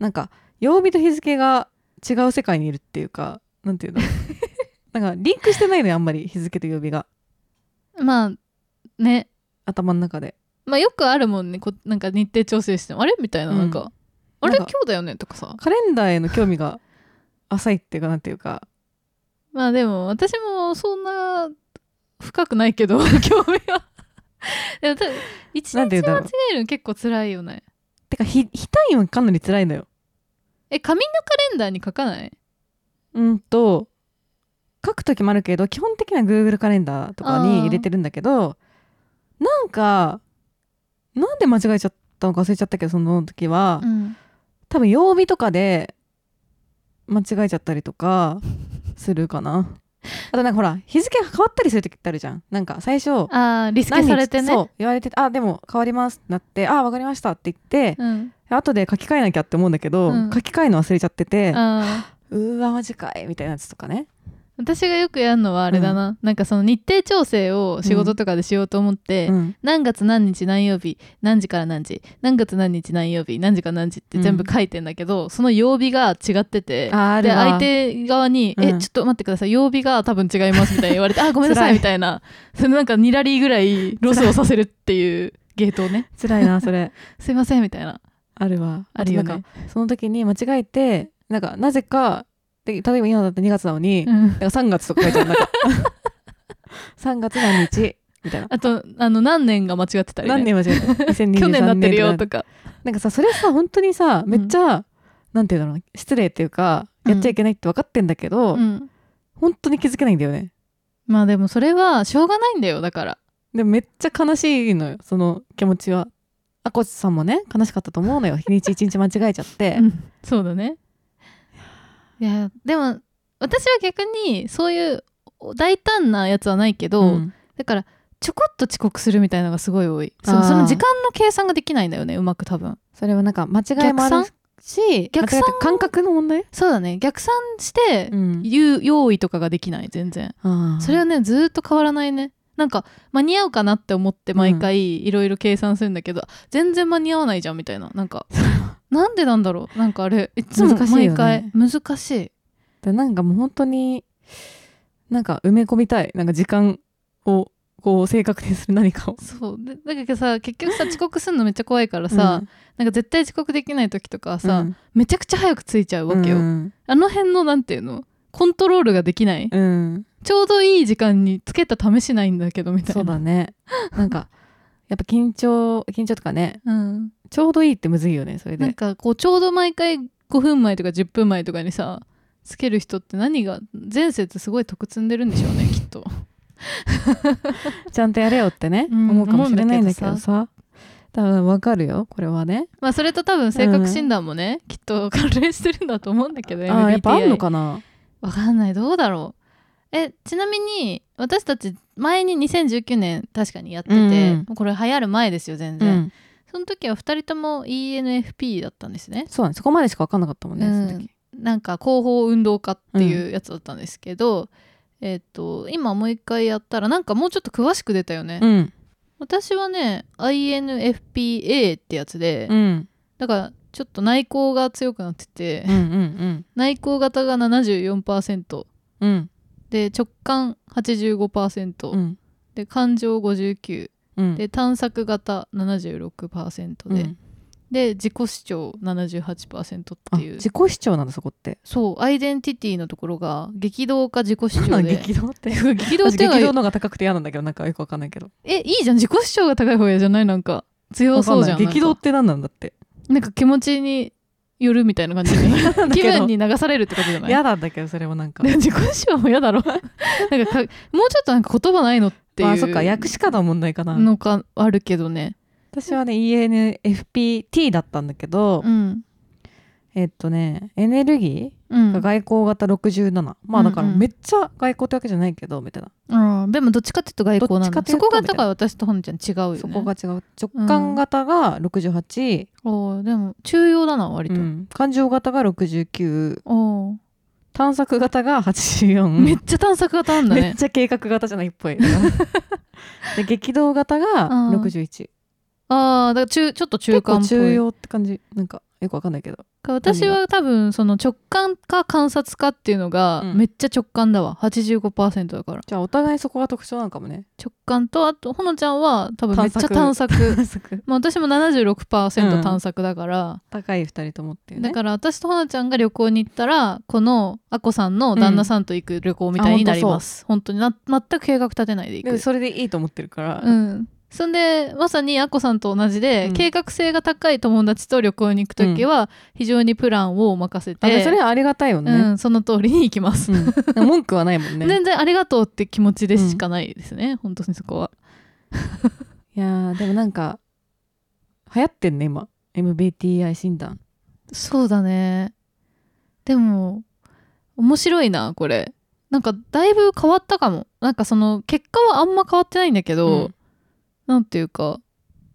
[SPEAKER 4] なんか曜日と日付が違う世界にいるっていうかな んていうのなんかリンクしてないのよあんまり日付と曜日が
[SPEAKER 3] まあね
[SPEAKER 4] 頭の中で
[SPEAKER 3] まあよくあるもんねこなんか日程調整してもあれみたいな
[SPEAKER 4] うん
[SPEAKER 3] なんか、あれ
[SPEAKER 4] なん
[SPEAKER 3] 今
[SPEAKER 4] か
[SPEAKER 3] 日だよねとかさ
[SPEAKER 4] カレンダーへの興味が浅いっていうかなんていうか
[SPEAKER 3] まあでも私もそんな深くないけど 興味はでもた一
[SPEAKER 4] なんて言
[SPEAKER 3] 日
[SPEAKER 4] う
[SPEAKER 3] 間
[SPEAKER 4] んだ
[SPEAKER 3] 違
[SPEAKER 4] ろう
[SPEAKER 3] えるの結構辛いよね
[SPEAKER 4] てかひ非単位はかなり辛いのよ
[SPEAKER 3] え紙のカレンダーに書かない
[SPEAKER 4] うんと書く時もあるけど基本的には Google カレンダーとかに入れてるんだけどなんかなんで間違えちゃったのか忘れちゃったけどその時は、
[SPEAKER 3] ん
[SPEAKER 4] 多分曜日とかで間違えちゃったりとかするかなあとなんかほら日付が変わったりする時ってあるじゃんなんか最初
[SPEAKER 3] ああリスケ
[SPEAKER 4] 何日
[SPEAKER 3] されてね
[SPEAKER 4] そう言われてあでも変わりますってなってあわかりましたって言って、
[SPEAKER 3] うん
[SPEAKER 4] 後で書き換えなきゃって思うんだけど、
[SPEAKER 3] うん
[SPEAKER 4] 書き換えるの忘れちゃってて
[SPEAKER 3] あー
[SPEAKER 4] うーわマジかいみたいなやつとかね
[SPEAKER 3] 私がよくやるのはあれだな、なんかその日程調整を仕事とかでしようと思って、
[SPEAKER 4] うん
[SPEAKER 3] 何月何日何曜日何時から何時何月何日何曜日何時から何時って全部書いてんだけど、その曜日が違ってて
[SPEAKER 4] あーある
[SPEAKER 3] で
[SPEAKER 4] わ
[SPEAKER 3] 相手側に「
[SPEAKER 4] うん
[SPEAKER 3] えちょっと待ってください曜日が多分違います」みたいに言われて「あごめんなさ
[SPEAKER 4] 辛
[SPEAKER 3] い」
[SPEAKER 4] い
[SPEAKER 3] みたいなそれなんか2ラリーぐらいロスをさせるっていうゲートをね
[SPEAKER 4] 辛いな それ
[SPEAKER 3] 「すいません」みたいな
[SPEAKER 4] あるわ
[SPEAKER 3] あるよ
[SPEAKER 4] とな
[SPEAKER 3] ね
[SPEAKER 4] んか。その時に間違えてなんかなぜかで例えば今だって2月なのに、
[SPEAKER 3] うん
[SPEAKER 4] なんか3月とか書いてあるなんか 3月何日みたいな
[SPEAKER 3] あとあの何年が間違ってたり、ね、
[SPEAKER 4] 何年間違えた ?2023 年
[SPEAKER 3] 去年なってるよ
[SPEAKER 4] とか
[SPEAKER 3] とか
[SPEAKER 4] なんかさそれさ本当にさめっちゃ、なんていうの失礼っていうか
[SPEAKER 3] うん
[SPEAKER 4] やっちゃいけないって分かってんだけど、
[SPEAKER 3] うん
[SPEAKER 4] 本当に気づけないんだよね
[SPEAKER 3] まあでもそれはしょうがないんだよだから
[SPEAKER 4] でもめっちゃ悲しいのよその気持ちはあこちさんもね悲しかったと思うの よ日にち一日間違えちゃって、
[SPEAKER 3] うんそうだねいやでも私は逆にそういう大胆なやつはないけど、
[SPEAKER 4] うん
[SPEAKER 3] だからちょこっと遅刻するみたいなのがすごい多いそ
[SPEAKER 4] あ
[SPEAKER 3] の
[SPEAKER 4] ー
[SPEAKER 3] その時間の計算ができないんだよねうまく多分
[SPEAKER 4] それはなんか間違いもあるし
[SPEAKER 3] 逆算
[SPEAKER 4] 間違えた感覚の問題、
[SPEAKER 3] そうだね逆算して、
[SPEAKER 4] ん
[SPEAKER 3] 言う用意とかができない全然
[SPEAKER 4] あー
[SPEAKER 3] それはねずーっと変わらないねなんか間に合うかなって思って毎回いろいろ計算するんだけど、全然間に合わないじゃんみたいななん かなんでなんだろうなんかあれいつも
[SPEAKER 4] 難しい
[SPEAKER 3] 毎
[SPEAKER 4] よね
[SPEAKER 3] 回難しい
[SPEAKER 4] でなんかもう本当になんか埋め込みたいなんか時間をこう正確にする何かを
[SPEAKER 3] そうでだからさ結 局さ遅刻するのめっちゃ怖いからさ、
[SPEAKER 4] うん
[SPEAKER 3] なんか絶対遅刻できない時とかはさ、
[SPEAKER 4] うん
[SPEAKER 3] めちゃくちゃ早く着いちゃうわけよ、
[SPEAKER 4] うん
[SPEAKER 3] あの辺のなんていうのコントロールができない、
[SPEAKER 4] うん
[SPEAKER 3] ちょうどいい時間につけた試しないんだけどみたいな
[SPEAKER 4] そうだねなんかやっぱ緊張緊張とかね
[SPEAKER 3] うん、
[SPEAKER 4] ちょうどいいってむずいよねそれ
[SPEAKER 3] なん
[SPEAKER 4] で
[SPEAKER 3] かこうちょうど毎回5分前とか10分前とかにさつける人って何が前世ってすごい得積んでるんでしょうねきっと
[SPEAKER 4] ちゃんとやれよってね、
[SPEAKER 3] うん
[SPEAKER 4] 思うかもしれないんだけどさ多分わかるよこれはね
[SPEAKER 3] まあそれと多分性格診断もね、きっと関連してるんだと思うんだけど
[SPEAKER 4] あー
[SPEAKER 3] MBTI
[SPEAKER 4] やっぱあんのかな
[SPEAKER 3] わかんないどうだろうえちなみに私たち前に2019年確かにやってて、
[SPEAKER 4] うんうん
[SPEAKER 3] もうこれ流行る前ですよ全
[SPEAKER 4] う
[SPEAKER 3] 然、
[SPEAKER 4] ん
[SPEAKER 3] その時は2人とも ENFP だったんですね
[SPEAKER 4] そうだねそこまでしか分かんなかったもんね、その時
[SPEAKER 3] なんか広報運動家っていうやつだったんですけど、えっ、と今もう一回やったらなんかもうちょっと詳しく出たよね、
[SPEAKER 4] うん
[SPEAKER 3] 私はね INFPA ってやつで、
[SPEAKER 4] うん
[SPEAKER 3] だからちょっと内向が強くなってて、
[SPEAKER 4] うんうん
[SPEAKER 3] 内向型が74%
[SPEAKER 4] うんうん
[SPEAKER 3] で直感85%、
[SPEAKER 4] うん
[SPEAKER 3] で感情59
[SPEAKER 4] うん
[SPEAKER 3] で探索型76%で、
[SPEAKER 4] うん
[SPEAKER 3] で自己主張78%
[SPEAKER 4] あ
[SPEAKER 3] っていう
[SPEAKER 4] 自己主張なんだそこって
[SPEAKER 3] そうアイデンティティのところが激動か自己主
[SPEAKER 4] な
[SPEAKER 3] 張
[SPEAKER 4] ん
[SPEAKER 3] で
[SPEAKER 4] 激動って
[SPEAKER 3] 激動っ
[SPEAKER 4] 私
[SPEAKER 3] て
[SPEAKER 4] 激
[SPEAKER 3] の
[SPEAKER 4] 動
[SPEAKER 3] は
[SPEAKER 4] の方が高くて嫌なんだけどなんかよくわかんないけど
[SPEAKER 3] えいいじゃん自己主張が高い方やじゃないなんか強そうじゃん
[SPEAKER 4] わかんない激動
[SPEAKER 3] なん
[SPEAKER 4] っ
[SPEAKER 3] か
[SPEAKER 4] て何なんだって
[SPEAKER 3] なんか気持ちによるみたいな感じ 気分に流されるってことじゃない
[SPEAKER 4] 嫌なんだけどそれも なんか
[SPEAKER 3] でも自己主張も嫌だ ろなんかかもうちょっとなんか言葉ないのっていう
[SPEAKER 4] あそっか訳し方の問題かな
[SPEAKER 3] のかあるけどね
[SPEAKER 4] 私はね ENFPT だったんだけど、
[SPEAKER 3] うん
[SPEAKER 4] えっとねエネルギ
[SPEAKER 3] う
[SPEAKER 4] ーが
[SPEAKER 3] ん、
[SPEAKER 4] 外交型67、まあだから
[SPEAKER 3] うんうん
[SPEAKER 4] めっちゃ外交ってわけじゃないけどみたいな、
[SPEAKER 3] あーでもどっちかっていうと外交なん
[SPEAKER 4] ど
[SPEAKER 3] だ
[SPEAKER 4] っちかってい
[SPEAKER 3] そう
[SPEAKER 4] と
[SPEAKER 3] こがだから私とほのちゃん違うよね
[SPEAKER 4] そこが違う直感型が68、
[SPEAKER 3] おーでも中庸だな割
[SPEAKER 4] う
[SPEAKER 3] と、
[SPEAKER 4] ん感情型が69
[SPEAKER 3] おー
[SPEAKER 4] 探索型が84
[SPEAKER 3] めっちゃ探索型なんだ
[SPEAKER 4] め
[SPEAKER 3] ね
[SPEAKER 4] っちゃ計画型じゃないっぽい で激動型が
[SPEAKER 3] うん
[SPEAKER 4] 61
[SPEAKER 3] ああだから中ちょっと中
[SPEAKER 4] 結
[SPEAKER 3] 間っ
[SPEAKER 4] 構
[SPEAKER 3] ぽい
[SPEAKER 4] 中央って感じなんかよくわかんないけど
[SPEAKER 3] か私は多分その直感か観察かっていうのが
[SPEAKER 4] うん
[SPEAKER 3] めっちゃ直感だわ、85%だから
[SPEAKER 4] じゃあお互いそこが特徴なんかもね
[SPEAKER 3] 直感とあとほのちゃんは多分めっちゃ探
[SPEAKER 4] 探
[SPEAKER 3] 索まあ私も76%探索だから、
[SPEAKER 4] 高い二人ともっていうね
[SPEAKER 3] だから私とほのちゃんが旅行に行ったらこのあこさんの旦那さんと行く旅行みたいになります、本当にな全く計画立てないで行
[SPEAKER 4] でも
[SPEAKER 3] く
[SPEAKER 4] それでいいと思ってるから、
[SPEAKER 3] うん、そんでまさにあこさんと同じで、
[SPEAKER 4] うん
[SPEAKER 3] 計画性が高い友達と旅行に行く時は非常にプランをお任せ
[SPEAKER 4] あ
[SPEAKER 3] て、
[SPEAKER 4] それはありがたいよ
[SPEAKER 3] う
[SPEAKER 4] ね、
[SPEAKER 3] ん、その通りに行きます、
[SPEAKER 4] うんでも文句はないも んね
[SPEAKER 3] 全然ありがとうって気持ちでしかないですね、本当にそこはい
[SPEAKER 4] やーでもなんか流行ってんね今 MBTI 診断
[SPEAKER 3] そうだねでも面白いなこれなんかだいぶ変わったかもなんかその結果はあんま変わってないんだけど、
[SPEAKER 4] うん
[SPEAKER 3] なんていうか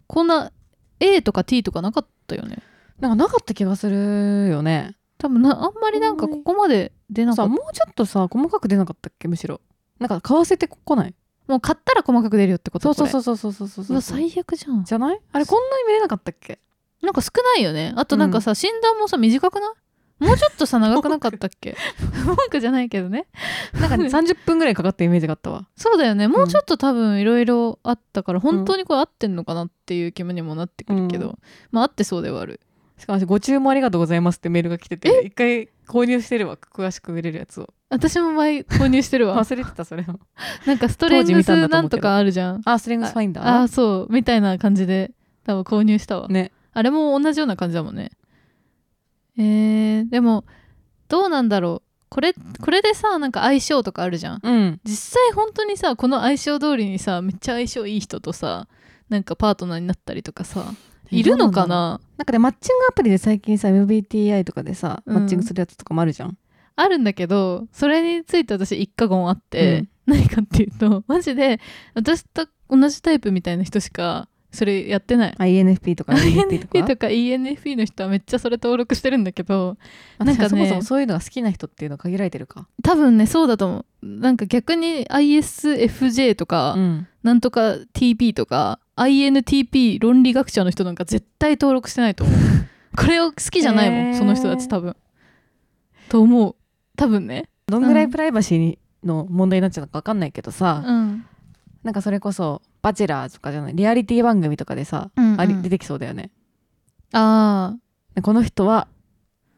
[SPEAKER 3] こんな A とか T とかなかったよね
[SPEAKER 4] なんかなかった気がするよね
[SPEAKER 3] 多分なあんまりなんかここまで出なか
[SPEAKER 4] さ
[SPEAKER 3] った
[SPEAKER 4] もうちょっとさ細かく出なかったっけむしろなんか買わせてこない
[SPEAKER 3] もう買ったら細かく出るよってこと
[SPEAKER 4] そうそうそううそうそうそうそう
[SPEAKER 3] うわ最悪じゃん
[SPEAKER 4] じゃないあれこんなに見れなかったっけ
[SPEAKER 3] なんか少ないよねあとなんかさ、診断もさ短くないもうちょっとさ長くなかったっけ 文句じゃないけどね
[SPEAKER 4] なんかね30分ぐらいかかったイメージがあったわ
[SPEAKER 3] そうだよねもうちょっと多分いろいろあったから本当にこれ合ってんのかなっていう気分にもなってくるけど、
[SPEAKER 4] う
[SPEAKER 3] まあ合ってそうではある
[SPEAKER 4] しかも私ご注文ありがとうございますってメールが来てて一回購入してるわ詳しく見れるやつを
[SPEAKER 3] 私も前購入してる わ
[SPEAKER 4] 忘れてたそれを
[SPEAKER 3] なんかストレン
[SPEAKER 4] 当時
[SPEAKER 3] グ
[SPEAKER 4] 見たん
[SPEAKER 3] ス
[SPEAKER 4] だと
[SPEAKER 3] な
[SPEAKER 4] 思
[SPEAKER 3] ん
[SPEAKER 4] うけ
[SPEAKER 3] と
[SPEAKER 4] ど
[SPEAKER 3] かあるじゃん
[SPEAKER 4] あストレングスファインダ
[SPEAKER 3] あ
[SPEAKER 4] ー
[SPEAKER 3] あそうみたいな感じで多分購入したわ
[SPEAKER 4] ね
[SPEAKER 3] あれも同じような感じだもんね。えー、でもどうなんだろうこれこれでさなんか相性とかあるじゃん
[SPEAKER 4] うん
[SPEAKER 3] 実際本当にさこの相性通りにさめっちゃ相性いい人とさなんかパートナーになったりとかさいるのかな
[SPEAKER 4] なんかねマッチングアプリで最近さ MBTI とかでさ、
[SPEAKER 3] うん
[SPEAKER 4] マッチングするやつとかもあるじゃん
[SPEAKER 3] あるんだけどそれについて私一過言あって、何かっていうとマジで私と同じタイプみたいな人しかそれやってない。
[SPEAKER 4] INFP とか INFP と
[SPEAKER 3] INFP
[SPEAKER 4] か
[SPEAKER 3] とか ENFP の人はめっちゃそれ登録してるんだけど
[SPEAKER 4] あ
[SPEAKER 3] なんかね
[SPEAKER 4] そもそもそういうのが好きな人っていうのは限られてるか
[SPEAKER 3] 多分ねそうだと思うなんか逆に ISFJ とか、
[SPEAKER 4] ん
[SPEAKER 3] なんとか TP とか INTP 論理学者の人なんか絶対登録してない と思うこれを好きじゃないもん、
[SPEAKER 4] えー
[SPEAKER 3] その人たち多分と思う多分ね
[SPEAKER 4] どんぐらいプライバシーにの問題になっちゃうのか分かんないけど
[SPEAKER 3] う
[SPEAKER 4] さ、
[SPEAKER 3] ん
[SPEAKER 4] なんかそれこそ「バチェラー」とかじゃないリアリティ番組とかでさ、
[SPEAKER 3] うんうん
[SPEAKER 4] あり出てきそうだよね
[SPEAKER 3] あ
[SPEAKER 4] この人は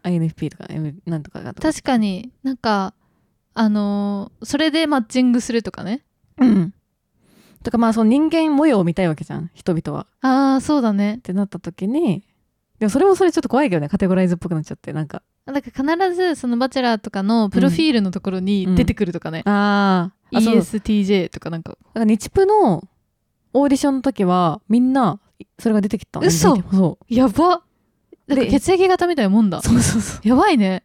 [SPEAKER 4] INFP とか M なんとかがと
[SPEAKER 3] ー
[SPEAKER 4] か
[SPEAKER 3] 確かになんかあのーそれでマッチングするとかね
[SPEAKER 4] うんとかまあその人間模様を見たいわけじゃん人々は。っ
[SPEAKER 3] ああそうだね
[SPEAKER 4] てなった時にでもそれもそれちょっと怖いけどねカテゴライズっぽくなっちゃってなんか
[SPEAKER 3] だから必ずその「バチェラー」とかのプロフィールのところに出てくるとかね、
[SPEAKER 4] あーあそうだ
[SPEAKER 3] ESTJ とかなんか
[SPEAKER 4] から日プのオーディションの時はみんなそれが出てきたの
[SPEAKER 3] 嘘
[SPEAKER 4] そう
[SPEAKER 3] やばなんか
[SPEAKER 4] で
[SPEAKER 3] 血液型みたいなもんだ
[SPEAKER 4] そうそうそう
[SPEAKER 3] やばいね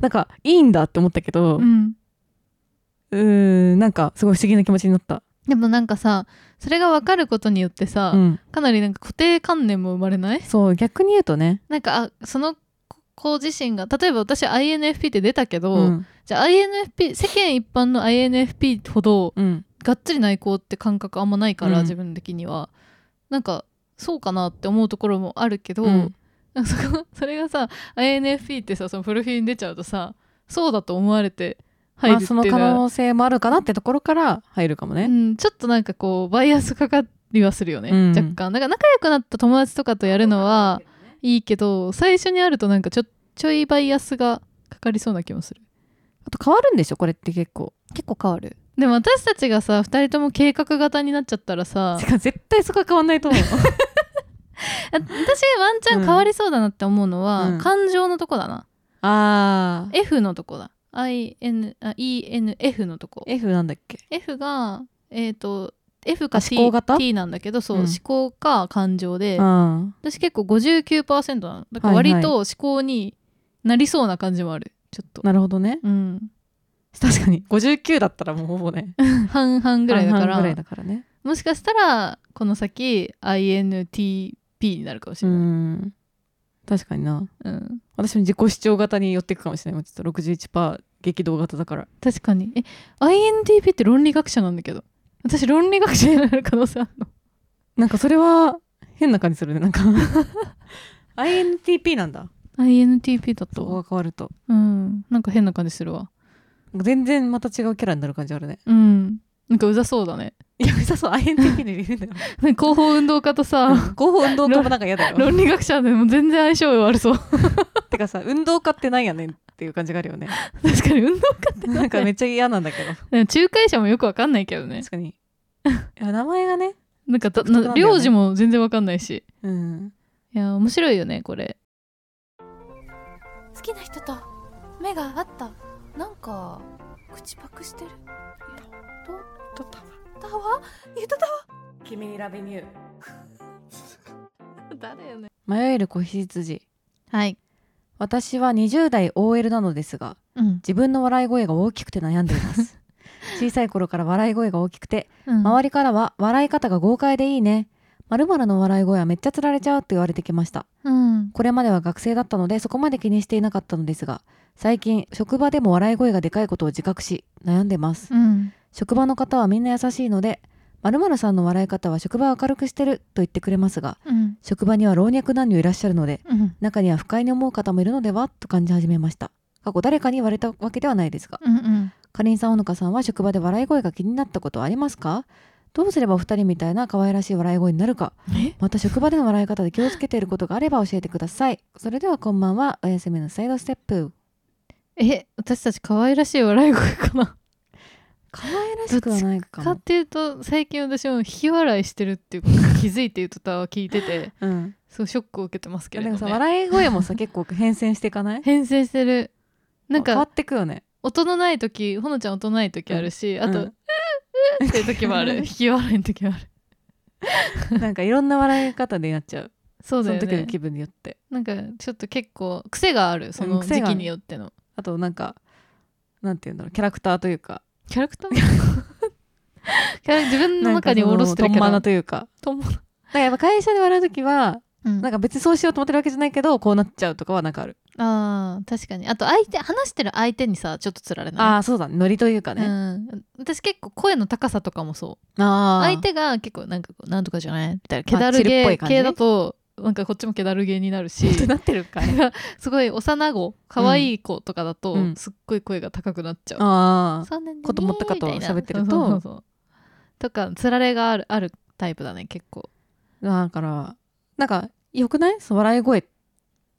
[SPEAKER 4] なんかいいんだって思ったけど、
[SPEAKER 3] ん
[SPEAKER 4] うーんなんかすごい不思議な気持ちになった、
[SPEAKER 3] でもなんかさそれが分かることによってさ、
[SPEAKER 4] うん、
[SPEAKER 3] かなりなんか固定観念も生まれない
[SPEAKER 4] そう逆に言うとね、
[SPEAKER 3] なんかあその子自身が例えば私 INFP って出たけど、
[SPEAKER 4] うん
[SPEAKER 3] じゃあ INFP 世間一般の INFP ほど
[SPEAKER 4] うん、
[SPEAKER 3] がっつり内向って感覚あんまないから、
[SPEAKER 4] うん
[SPEAKER 3] 自分的にはなんかそうかなって思うところもあるけど、
[SPEAKER 4] うん
[SPEAKER 3] なんかそこ それがさ INFP ってさそのプロフィールに出ちゃうとさそうだと思われて入るっ
[SPEAKER 4] まあ、
[SPEAKER 3] ていう
[SPEAKER 4] そ
[SPEAKER 3] の
[SPEAKER 4] の
[SPEAKER 3] は
[SPEAKER 4] 可能性もあるかなってところから入るかも
[SPEAKER 3] う
[SPEAKER 4] ね、
[SPEAKER 3] ん、ちょっとなんかこうバイアスかかりはするよね、
[SPEAKER 4] うん
[SPEAKER 3] 若干なんか仲良くなった友達とかとやるのはいいけど最初にあるとなんかちょちょいバイアスがかかりそうな気もする
[SPEAKER 4] あと変わるんでしょこれって結構
[SPEAKER 3] 結構変わるでも私たちがさ2人とも計画型になっちゃったらさ
[SPEAKER 4] てか 絶対そこは変わんないと思う
[SPEAKER 3] あ私ワンチャン変わりそうだなって思うのは、
[SPEAKER 4] うん
[SPEAKER 3] 感情のとこだな、
[SPEAKER 4] あー
[SPEAKER 3] F のとこだ IN あ ENF のとこ
[SPEAKER 4] F なんだっけ
[SPEAKER 3] F がえっ、と F か T,
[SPEAKER 4] 思考型
[SPEAKER 3] T なんだけどそう、
[SPEAKER 4] うん
[SPEAKER 3] 思考か感情で、
[SPEAKER 4] あ
[SPEAKER 3] 私結構59%なのだから
[SPEAKER 4] はいはい
[SPEAKER 3] 割と思考になりそうな感じもあるちょっと
[SPEAKER 4] ー、なるほどね
[SPEAKER 3] うん
[SPEAKER 4] 確かに59だったらもうほぼね
[SPEAKER 3] 半々ぐらいだか
[SPEAKER 4] 半々
[SPEAKER 3] ら
[SPEAKER 4] ぐらいだからね
[SPEAKER 3] もしかしたらこの先 INTP になるかもし
[SPEAKER 4] う
[SPEAKER 3] れない、
[SPEAKER 4] ん確かにな
[SPEAKER 3] うん
[SPEAKER 4] 私も自己主張型に寄っていくかもしれないもうちょっと61%激動型だから
[SPEAKER 3] 確かにえ INTP って論理学者なんだけど私論理学者になる可能性あるの
[SPEAKER 4] なんかそれは変な感じするねなんか INTP なんだ
[SPEAKER 3] INTP だ
[SPEAKER 4] そことが変わると
[SPEAKER 3] うんなんか変な感じするわ
[SPEAKER 4] 全然また違うキャラになる感じあるね
[SPEAKER 3] うんなんかうざそうだね
[SPEAKER 4] いやさそう INTP にいるんだよ
[SPEAKER 3] なんか広報運動家とさ
[SPEAKER 4] 合法運動家もなんか嫌だ よ
[SPEAKER 3] 論理学者でも全然相性悪そう
[SPEAKER 4] てかさ運動家ってなんやねんっていう感じがあるよ ね
[SPEAKER 3] 確かに運動家って
[SPEAKER 4] なんかめっちゃ嫌なんだけど
[SPEAKER 3] でも仲介者もよくわかんないけどね
[SPEAKER 4] 確か にいや名前がね
[SPEAKER 3] なんかだ
[SPEAKER 4] 独特なんだ
[SPEAKER 3] な
[SPEAKER 4] よね
[SPEAKER 3] 領事も全然わかんないし
[SPEAKER 4] うん
[SPEAKER 3] いや面白いよねこれ
[SPEAKER 2] 好きな人と目が合ったなんか口パクしてる
[SPEAKER 4] とた
[SPEAKER 2] タワーゆとタワー君にラビニュー
[SPEAKER 3] 誰よね
[SPEAKER 4] 迷える子羊
[SPEAKER 3] はい
[SPEAKER 4] 私は20代 OL なのですが
[SPEAKER 3] うん、
[SPEAKER 4] 自分の笑い声が大きくて悩んでいます 小さい頃から笑い声が大きくて
[SPEAKER 3] うん、
[SPEAKER 4] 周りからは笑い方が豪快でいいね〇〇の笑い声はめっちゃつられちゃうって言われてきました
[SPEAKER 3] うん
[SPEAKER 4] これまでは学生だったのでそこまで気にしていなかったのですが最近職場でも笑い声がでかいことを自覚し悩んでます
[SPEAKER 3] うん
[SPEAKER 4] 職場の方はみんな優しいので〇〇さんの笑い方は職場を明るくしてると言ってくれますが
[SPEAKER 3] うん
[SPEAKER 4] 職場には老若男女いらっしゃるので
[SPEAKER 3] うん
[SPEAKER 4] 中には不快に思う方もいるのではと感じ始めました過去誰かに言われたわけではないですが
[SPEAKER 3] うん
[SPEAKER 4] かりんさんほのかさんは職場で笑い声が気になったことはありますかどうすればお二人みたいな可愛らしい笑い声になるか
[SPEAKER 3] え
[SPEAKER 4] また職場での笑い方で気をつけていることがあれば教えてくださいそれではこんばんはおやすみのサイドステップ
[SPEAKER 3] え私たち可愛らしい笑い声かな
[SPEAKER 4] 可愛らしくはないか
[SPEAKER 3] かっ
[SPEAKER 4] も
[SPEAKER 3] ていうと最近私も引き笑いしてるっていうことに気づいて言うとたわ聞いて て
[SPEAKER 4] うん、
[SPEAKER 3] すごいショックを受けてますけれ
[SPEAKER 4] で
[SPEAKER 3] ど
[SPEAKER 4] もさ
[SPEAKER 3] ね
[SPEAKER 4] 笑い声もさ結構変遷していかない
[SPEAKER 3] 変遷してる なん
[SPEAKER 4] 変わ
[SPEAKER 3] か
[SPEAKER 4] ってくよね
[SPEAKER 3] 音のない時ほのちゃん音ない時あるし、あと、
[SPEAKER 4] うん
[SPEAKER 3] っていう時もあ る引き笑いの時もある
[SPEAKER 4] なんかいろんな笑い方でやっちゃう
[SPEAKER 3] そうだよ
[SPEAKER 4] その時
[SPEAKER 3] ね
[SPEAKER 4] の気分によって
[SPEAKER 3] なんかちょっと結構癖があるそ
[SPEAKER 4] うん
[SPEAKER 3] の
[SPEAKER 4] 癖
[SPEAKER 3] 時
[SPEAKER 4] がある
[SPEAKER 3] 期によっての
[SPEAKER 4] あとなんかなんていうんだろうキャラクターというか
[SPEAKER 3] キャラクターキャラ自分の中に下ろしてるキ
[SPEAKER 4] なんかそのトン
[SPEAKER 3] ャ
[SPEAKER 4] マナ
[SPEAKER 3] ラ
[SPEAKER 4] というかだからやっぱ会社で笑う時は
[SPEAKER 3] うん
[SPEAKER 4] なんか別にそうしようと思ってるわけじゃないけどこうなっちゃうとかはなんかある、
[SPEAKER 3] あー確かにあと相手話してる相手にさちょっとつられ
[SPEAKER 4] あ
[SPEAKER 3] ない
[SPEAKER 4] あそうだねノリというかね、
[SPEAKER 3] うん、私結構声の高さとかもそう
[SPEAKER 4] ああ
[SPEAKER 3] 相手が結構なんかこうなんとかじゃないみたいな気
[SPEAKER 4] あ
[SPEAKER 3] だる
[SPEAKER 4] チルっぽい
[SPEAKER 3] げ
[SPEAKER 4] 感じね
[SPEAKER 3] 系だとなんかこっちも気だるげになるし
[SPEAKER 4] ってなってるかい
[SPEAKER 3] すごい幼子可愛い子とかだと、
[SPEAKER 4] うん
[SPEAKER 3] すっごい声が高くなっちゃう、
[SPEAKER 4] ああ
[SPEAKER 3] そうなんだね
[SPEAKER 4] 子供とかと
[SPEAKER 3] みたいな
[SPEAKER 4] 喋ってると
[SPEAKER 3] そうそうそうとかつられがあるあるタイプだね結構
[SPEAKER 4] だからなんかよくないそう笑い声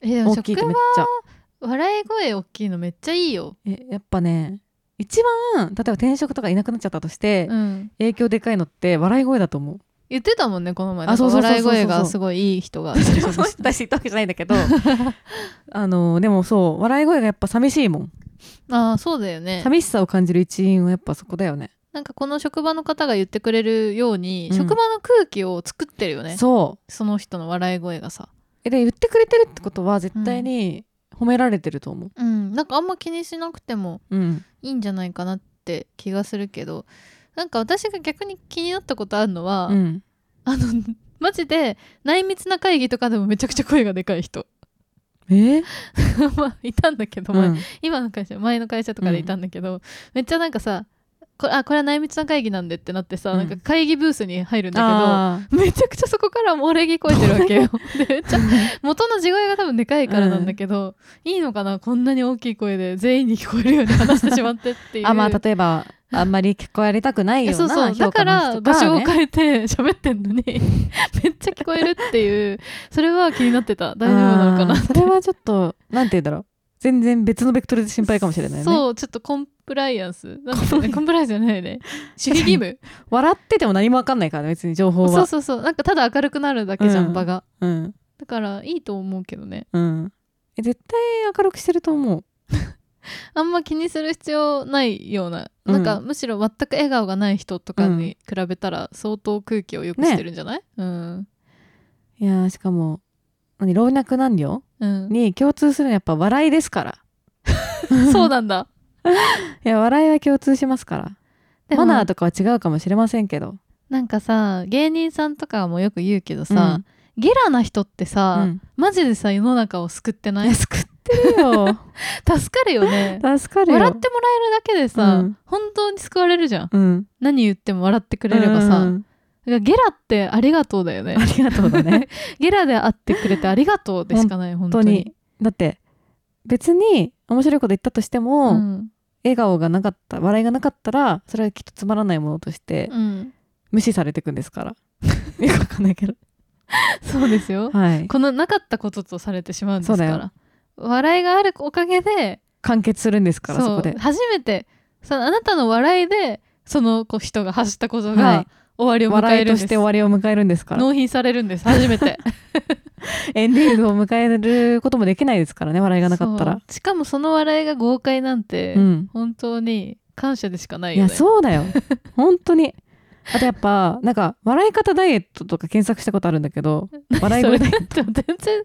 [SPEAKER 3] えでも
[SPEAKER 4] 大きいって
[SPEAKER 3] 職
[SPEAKER 4] めっ
[SPEAKER 3] 場
[SPEAKER 4] ちゃ
[SPEAKER 3] 笑い声大きいのめっちゃいいよ、
[SPEAKER 4] えやっぱね一番例えば転職とかいなくなっちゃったとして、
[SPEAKER 3] うん、
[SPEAKER 4] 影響でかいのって笑い声だと思う
[SPEAKER 3] 言ってたもんねこの前
[SPEAKER 4] あそうそうそうそう
[SPEAKER 3] 笑い
[SPEAKER 4] そう
[SPEAKER 3] 声がすごいいい人が
[SPEAKER 4] その人たち言ったわけじゃないんだけどあのでもそう笑い声がやっぱ寂しいもん
[SPEAKER 3] ああそうだよね
[SPEAKER 4] 寂しさを感じる一因はやっぱそこだよね
[SPEAKER 3] なんかこの職場の方が言ってくれるように、
[SPEAKER 4] うん
[SPEAKER 3] 職場の空気を作ってるよねそ
[SPEAKER 4] そう
[SPEAKER 3] の人の笑い声がさ
[SPEAKER 4] えで言ってくれてるってことは絶対に褒められてると思う
[SPEAKER 3] うんなんかあんま気にしなくても
[SPEAKER 4] うん、
[SPEAKER 3] いいんじゃないかなって気がするけどなんか私が逆に気になったことあるのは、
[SPEAKER 4] うん、
[SPEAKER 3] あのマジで内密な会議とかでもめちゃくちゃ声がでかい人
[SPEAKER 4] えー、
[SPEAKER 3] まあいたんだけど、前今の会社前の会社とかでいたんだけど、めっちゃなんかさこれあこれは内密な会議なんでってなってさ、
[SPEAKER 4] うん
[SPEAKER 3] なんか会議ブースに入るんだけど
[SPEAKER 4] あー
[SPEAKER 3] めちゃくちゃそこから漏れ聞こえてるわけよでめっちゃ元の地声が多分でかいからなんだけど、いいのかなこんなに大きい声で全員に聞こえるように話してしまってっていう
[SPEAKER 4] あまあ例えばあんまり聞こえたくないよ
[SPEAKER 3] え
[SPEAKER 4] うな
[SPEAKER 3] そうそうだ
[SPEAKER 4] 評
[SPEAKER 3] か
[SPEAKER 4] 価の
[SPEAKER 3] ら
[SPEAKER 4] 人
[SPEAKER 3] 場所を
[SPEAKER 4] ね
[SPEAKER 3] 変えて喋ってんのに めっちゃ聞こえるっていうそれは気になってた大丈夫なのかな
[SPEAKER 4] あーそれはちょっとなんて言うんだろう全然別のベクトルで心配かもしれないね
[SPEAKER 3] そうちょっとコンプライアンスなんていうのねコンプライアンスじゃないね守秘義務
[SPEAKER 4] 笑ってても何も分かんないからね別に情報は
[SPEAKER 3] そうそうそうなんかただ明るくなるだけじゃん、
[SPEAKER 4] うん
[SPEAKER 3] 場が
[SPEAKER 4] うん
[SPEAKER 3] だからいいと思うけどね
[SPEAKER 4] うんえ絶対明るくしてると思う
[SPEAKER 3] あんま気にする必要ないような、
[SPEAKER 4] うん
[SPEAKER 3] なんかむしろ全く笑顔がない人とかに比べたら相当空気を良くしてるんじゃない、うん
[SPEAKER 4] いやーしかも何老若男女
[SPEAKER 3] うん、
[SPEAKER 4] に共通するのはやっぱ笑いですから
[SPEAKER 3] そうなんだ
[SPEAKER 4] いや笑いは共通しますから マナーとかは違うかもしれませんけど
[SPEAKER 3] なんかさ芸人さんとかもよく言うけどさ、
[SPEAKER 4] うん
[SPEAKER 3] ゲラな人ってさ、
[SPEAKER 4] うん
[SPEAKER 3] マジでさ世の中を救ってない 助
[SPEAKER 4] いいよ
[SPEAKER 3] かるよね
[SPEAKER 4] 助かる
[SPEAKER 3] 笑って
[SPEAKER 4] よ
[SPEAKER 3] もらえるだけでさ、
[SPEAKER 4] うん
[SPEAKER 3] 本当に救われるじゃん
[SPEAKER 4] うん
[SPEAKER 3] 何言っても笑ってくれればさ、
[SPEAKER 4] うん
[SPEAKER 3] だからゲラ ってありがとうだよね
[SPEAKER 4] ありがとうだね
[SPEAKER 3] ゲラで会ってくれてありがとうでしかない本
[SPEAKER 4] 本当
[SPEAKER 3] 当に
[SPEAKER 4] に だって別に面白いこと言ったとしても、
[SPEAKER 3] うん
[SPEAKER 4] 笑顔がなかった笑いがなかったらそれはきっとつまらないものとして
[SPEAKER 3] うん、
[SPEAKER 4] 無視されていくんですから。 よくわかんない けど。
[SPEAKER 3] そうですよ
[SPEAKER 4] はい。
[SPEAKER 3] このなかったこととされてしまうんですか
[SPEAKER 4] そうだ
[SPEAKER 3] ら笑いがあるおかげで
[SPEAKER 4] 完結するんですからそこで
[SPEAKER 3] う。初めてそのあなたの笑いでそのこう人が発したこと
[SPEAKER 4] は
[SPEAKER 3] が
[SPEAKER 4] い
[SPEAKER 3] 終わりを迎
[SPEAKER 4] 笑
[SPEAKER 3] え
[SPEAKER 4] い
[SPEAKER 3] るん
[SPEAKER 4] と
[SPEAKER 3] で
[SPEAKER 4] し
[SPEAKER 3] す、
[SPEAKER 4] て終わりを迎えるんですから。
[SPEAKER 3] 納品されるんです初めて
[SPEAKER 4] エンディングを迎えることもできないですからね笑い がなかったら
[SPEAKER 3] そ。うしかもその笑いが豪快なんて、
[SPEAKER 4] うん。
[SPEAKER 3] 本当に感謝でしかない
[SPEAKER 4] い
[SPEAKER 3] よね
[SPEAKER 4] やそうだよ。本当に。あとやっぱなんか笑い方ダイエットとか検索したことあるんだけど笑い声
[SPEAKER 3] そ
[SPEAKER 4] ダイ
[SPEAKER 3] れ
[SPEAKER 4] エット
[SPEAKER 3] でも全然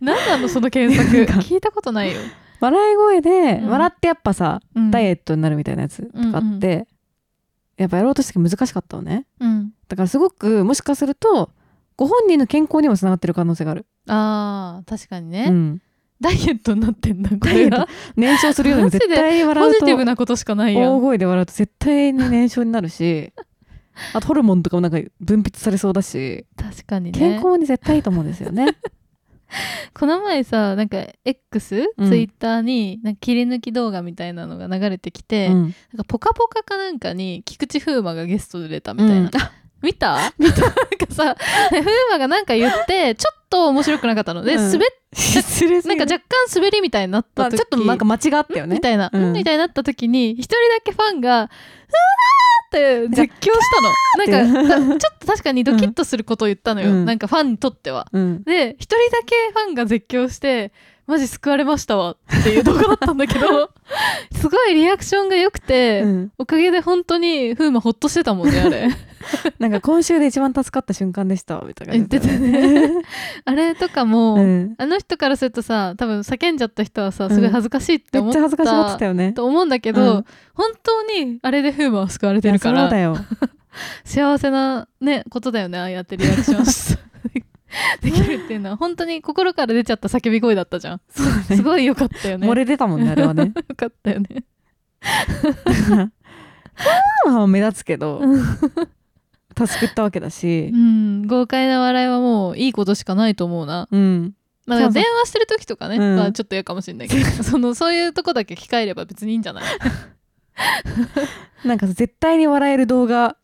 [SPEAKER 3] 何なのその検索
[SPEAKER 4] なんか
[SPEAKER 3] 聞いたことないよ、
[SPEAKER 4] 笑い声で
[SPEAKER 3] うん
[SPEAKER 4] 笑ってやっぱさ
[SPEAKER 3] うん、
[SPEAKER 4] ダイエ
[SPEAKER 3] ッ
[SPEAKER 4] ットになるみたいなやつとかあってやっぱやろうとして難しかったのね。
[SPEAKER 3] ト、うん、
[SPEAKER 4] だからすごくもしかするとご本人の健康にもつながってる可能性がある。
[SPEAKER 3] あー確かにね、
[SPEAKER 4] うん、
[SPEAKER 3] ダイエットになってんだこ
[SPEAKER 4] ダイエ
[SPEAKER 3] れ
[SPEAKER 4] ット
[SPEAKER 3] が
[SPEAKER 4] 燃焼するよりも
[SPEAKER 3] マジで
[SPEAKER 4] 絶対笑
[SPEAKER 3] ポ
[SPEAKER 4] う
[SPEAKER 3] ジ
[SPEAKER 4] と
[SPEAKER 3] ティブなことしかないや
[SPEAKER 4] 大
[SPEAKER 3] ん
[SPEAKER 4] 声で笑うと絶対に燃焼になるしあとホルモンとかもなんか分泌されそうだし、
[SPEAKER 3] 確かにね
[SPEAKER 4] 健康に絶対いいと思うんですよね。
[SPEAKER 3] この前さなんか X、
[SPEAKER 4] うん
[SPEAKER 3] ツイッターになんか切り抜き動画みたいなのが流れてきて、
[SPEAKER 4] う
[SPEAKER 3] なん
[SPEAKER 4] ん
[SPEAKER 3] かポカポカかなんかに菊池風磨がゲストで出たみたいな、
[SPEAKER 4] うん
[SPEAKER 3] 見 た見たなんかさ風磨がなんか言ってちょっと面白くなかったので、
[SPEAKER 4] うん
[SPEAKER 3] 滑っ
[SPEAKER 4] 失礼す
[SPEAKER 3] な
[SPEAKER 4] ぎ
[SPEAKER 3] ん
[SPEAKER 4] る
[SPEAKER 3] か若干滑りみたいになった
[SPEAKER 4] まあ
[SPEAKER 3] 時、
[SPEAKER 4] ちょっとなんか間違ったよね
[SPEAKER 3] み。たいな、
[SPEAKER 4] うん
[SPEAKER 3] みたいになった時に一人だけファンが「うわ!」って絶叫したのなんかたちょっと確かにドキッとすることを言ったのよ、
[SPEAKER 4] うん
[SPEAKER 3] なんかファンにとっては。
[SPEAKER 4] うん、
[SPEAKER 3] で一人だけファンが絶叫して「マジ救われましたわ」っていう動画だったんだけ どすごいリアクションが良くて、
[SPEAKER 4] うん
[SPEAKER 3] おかげで本当に風磨ほっとしてたもんねあれ
[SPEAKER 4] なんか今週で一番助かった瞬間でしたみたいな
[SPEAKER 3] 言
[SPEAKER 4] 感
[SPEAKER 3] っ
[SPEAKER 4] じ
[SPEAKER 3] て
[SPEAKER 4] だ
[SPEAKER 3] た
[SPEAKER 4] よ
[SPEAKER 3] ねあれとかも、
[SPEAKER 4] うん
[SPEAKER 3] あの人からするとさ多分叫んじゃった人はさすごい恥ずかしいって
[SPEAKER 4] め
[SPEAKER 3] 思っ
[SPEAKER 4] っち
[SPEAKER 3] た、
[SPEAKER 4] ゃ恥ずかしがってたよね。
[SPEAKER 3] と思うんだけど、
[SPEAKER 4] うん
[SPEAKER 3] 本当にあれで風磨は救われてるか
[SPEAKER 4] いやそうだ
[SPEAKER 3] ら
[SPEAKER 4] よ。
[SPEAKER 3] 幸せな、ね、ことだよねああやってリアクション しできるっていうのは本当に心から出ちゃった叫び声だったじゃん
[SPEAKER 4] そうだね
[SPEAKER 3] すごい良かったよね
[SPEAKER 4] 漏れてたもんねあれは ね。
[SPEAKER 3] よかったよね。
[SPEAKER 4] まあ目立つけど助けったわけだし
[SPEAKER 3] う、ん、豪快な笑いはもういいことしかないと思うな。
[SPEAKER 4] うん、
[SPEAKER 3] ま
[SPEAKER 4] そう
[SPEAKER 3] あ、
[SPEAKER 4] そう
[SPEAKER 3] 電話してる時とかね、
[SPEAKER 4] うん
[SPEAKER 3] まあ、ちょっと嫌かもしれない けど、その、そういうとこだけ控えれば別にいいんじゃない
[SPEAKER 4] なんかさ絶対に笑える動画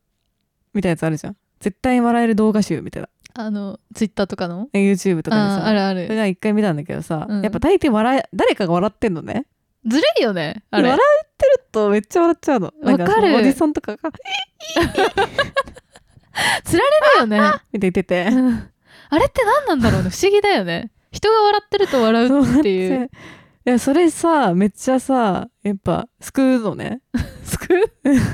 [SPEAKER 4] みたいなやつあるじゃん絶対に笑える動画集みたいな
[SPEAKER 3] あの、ツイッターとかの
[SPEAKER 4] YouTube とかで
[SPEAKER 3] あーあ
[SPEAKER 4] さ
[SPEAKER 3] るあ
[SPEAKER 4] それ
[SPEAKER 3] る。
[SPEAKER 4] が一回見たんだけどさ、
[SPEAKER 3] うん
[SPEAKER 4] やっぱ大抵笑え誰かが笑ってんのね
[SPEAKER 3] ずるいよね、あれ
[SPEAKER 4] 笑。ちょっとめっちゃ笑っちゃうのなん
[SPEAKER 3] わかる
[SPEAKER 4] そのおじさんとかが「
[SPEAKER 3] つられるよね。
[SPEAKER 4] みたいな言ってて
[SPEAKER 3] うんあれって何なんだろうね、不思議だよね。人が笑ってると笑うってい。
[SPEAKER 4] そうういやそれさめっちゃさやっぱ救うのね
[SPEAKER 3] 救う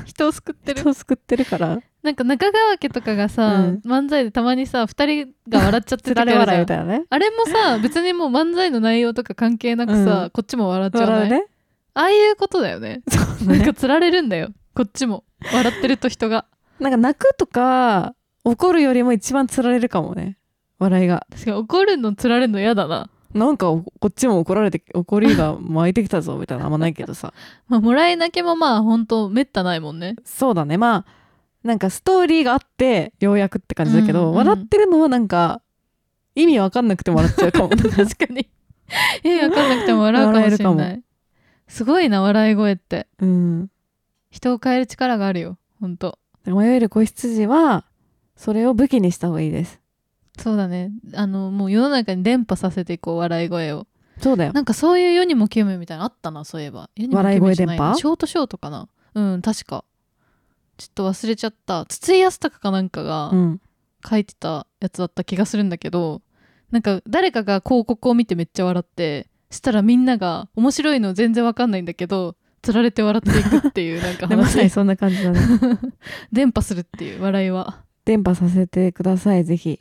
[SPEAKER 3] 人を救ってる
[SPEAKER 4] 人。を救ってる から
[SPEAKER 3] なんか中川家とかがさ、
[SPEAKER 4] うん
[SPEAKER 3] 漫才でたまにさ、二人が笑っちゃって
[SPEAKER 4] つ
[SPEAKER 3] る時あ
[SPEAKER 4] ら
[SPEAKER 3] るじゃん
[SPEAKER 4] れ笑いみたいなね
[SPEAKER 3] あれも さ別にもう漫才の内容とか関係なくさ、
[SPEAKER 4] うん
[SPEAKER 3] こっちも笑っちゃわな
[SPEAKER 4] 笑
[SPEAKER 3] いう
[SPEAKER 4] ね
[SPEAKER 3] ああいうことだよね
[SPEAKER 4] そう
[SPEAKER 3] なん
[SPEAKER 4] ね
[SPEAKER 3] かつられるんだよこっちも笑ってると人が
[SPEAKER 4] なんか泣くとか怒るよりも一番つられるかもね笑いが
[SPEAKER 3] 確かに怒るのつられるの嫌だな
[SPEAKER 4] なんかこっちも怒られて怒りが巻いてきたぞみたいなのあんまないけどさ
[SPEAKER 3] まあもらい泣きもまあ本当めったないもんね
[SPEAKER 4] そうだねまあなんかストーリーがあってようやくって感じだけど、
[SPEAKER 3] うんうん
[SPEAKER 4] 笑ってるのはなんか意味わかんなくても笑っちゃうか も
[SPEAKER 3] 確かにえ分かんなくても笑うかもしれ
[SPEAKER 4] 笑
[SPEAKER 3] ないすごいな笑い声って
[SPEAKER 4] うん
[SPEAKER 3] 人を変える力があるよ本当
[SPEAKER 4] 迷える子羊はそれを武器にした方がいいです
[SPEAKER 3] そうだねあのもう世の中に伝播させていこう笑い声を
[SPEAKER 4] そうだよ
[SPEAKER 3] なんかそういう世にも奇妙みたいなのあったなそういえば世にも奇妙
[SPEAKER 4] 笑い声
[SPEAKER 3] じゃな
[SPEAKER 4] 電波
[SPEAKER 3] なショートショートかなうん確かちょっと忘れちゃった筒井康隆かなんかが
[SPEAKER 4] うん
[SPEAKER 3] 書いてたやつだった気がするんだけど、なんか誰かが広告を見てめっちゃ笑ってしたらみんなが面白いの全然わかんないんだけどつられて笑っていくっていう なんか
[SPEAKER 4] でもまさ
[SPEAKER 3] 話
[SPEAKER 4] にそんな感じだね
[SPEAKER 3] 伝播するっていう笑いは
[SPEAKER 4] 伝播させてくださいぜひ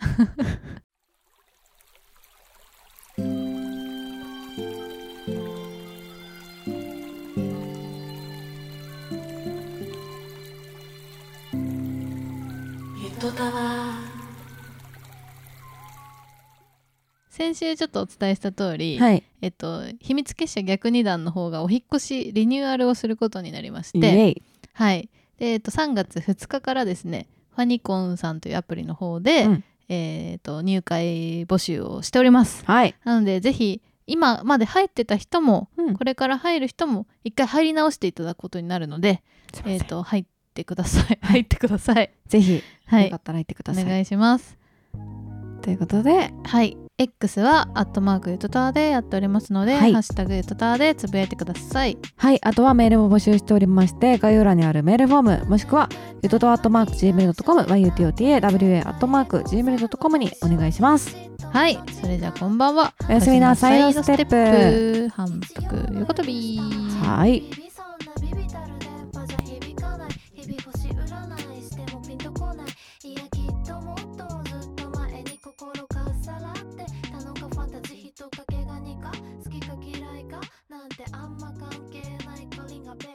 [SPEAKER 3] 先週ちょっとお伝えした通り、
[SPEAKER 4] はい
[SPEAKER 3] えっと秘密結社逆二段の方がお引っ越しリニューアルをすることになりまし
[SPEAKER 4] イ
[SPEAKER 3] て
[SPEAKER 4] エイ
[SPEAKER 3] はい。で、えっと、3月2日からですね、ファニコンさんというアプリの方で、
[SPEAKER 4] うん
[SPEAKER 3] えっと、入会募集をしております。
[SPEAKER 4] はい
[SPEAKER 3] なので、ぜひ、今まで入ってた人も、
[SPEAKER 4] うん
[SPEAKER 3] これから入る人も一回入り直していただくことになるので、
[SPEAKER 4] すいません
[SPEAKER 3] えっ、と入ってください。 入ってください。
[SPEAKER 4] ぜひ、
[SPEAKER 3] は
[SPEAKER 4] よ
[SPEAKER 3] い
[SPEAKER 4] か。ったら行ってく
[SPEAKER 3] お
[SPEAKER 4] ださい。
[SPEAKER 3] 願いします。
[SPEAKER 4] ということで、
[SPEAKER 3] はい。X はアットマークゆとたわでやっておりますので、
[SPEAKER 4] はい
[SPEAKER 3] ハッシュタグゆとたわでつぶやいてください。
[SPEAKER 4] はい、あとはメールも募集しておりまして、概要欄にあるメールフォーム、もしくは、ゆととアットマーク Gmail.com、yutotawa アットマーク Gmail.com にお願いします。
[SPEAKER 3] はい。それじゃあこんばんは。
[SPEAKER 4] おやすみなさい
[SPEAKER 3] おやすみなさい
[SPEAKER 4] ステ
[SPEAKER 3] ス
[SPEAKER 4] ッ
[SPEAKER 3] テップ反復横跳び。
[SPEAKER 4] はい。
[SPEAKER 1] そんなビビたる電波じゃ響かない日々星占いしてもピンとこないいやきっともっとずっと前に心かっさらって他のかファンタジー人かけがにか好きか嫌いかなんてあんま関係ないカリンがベル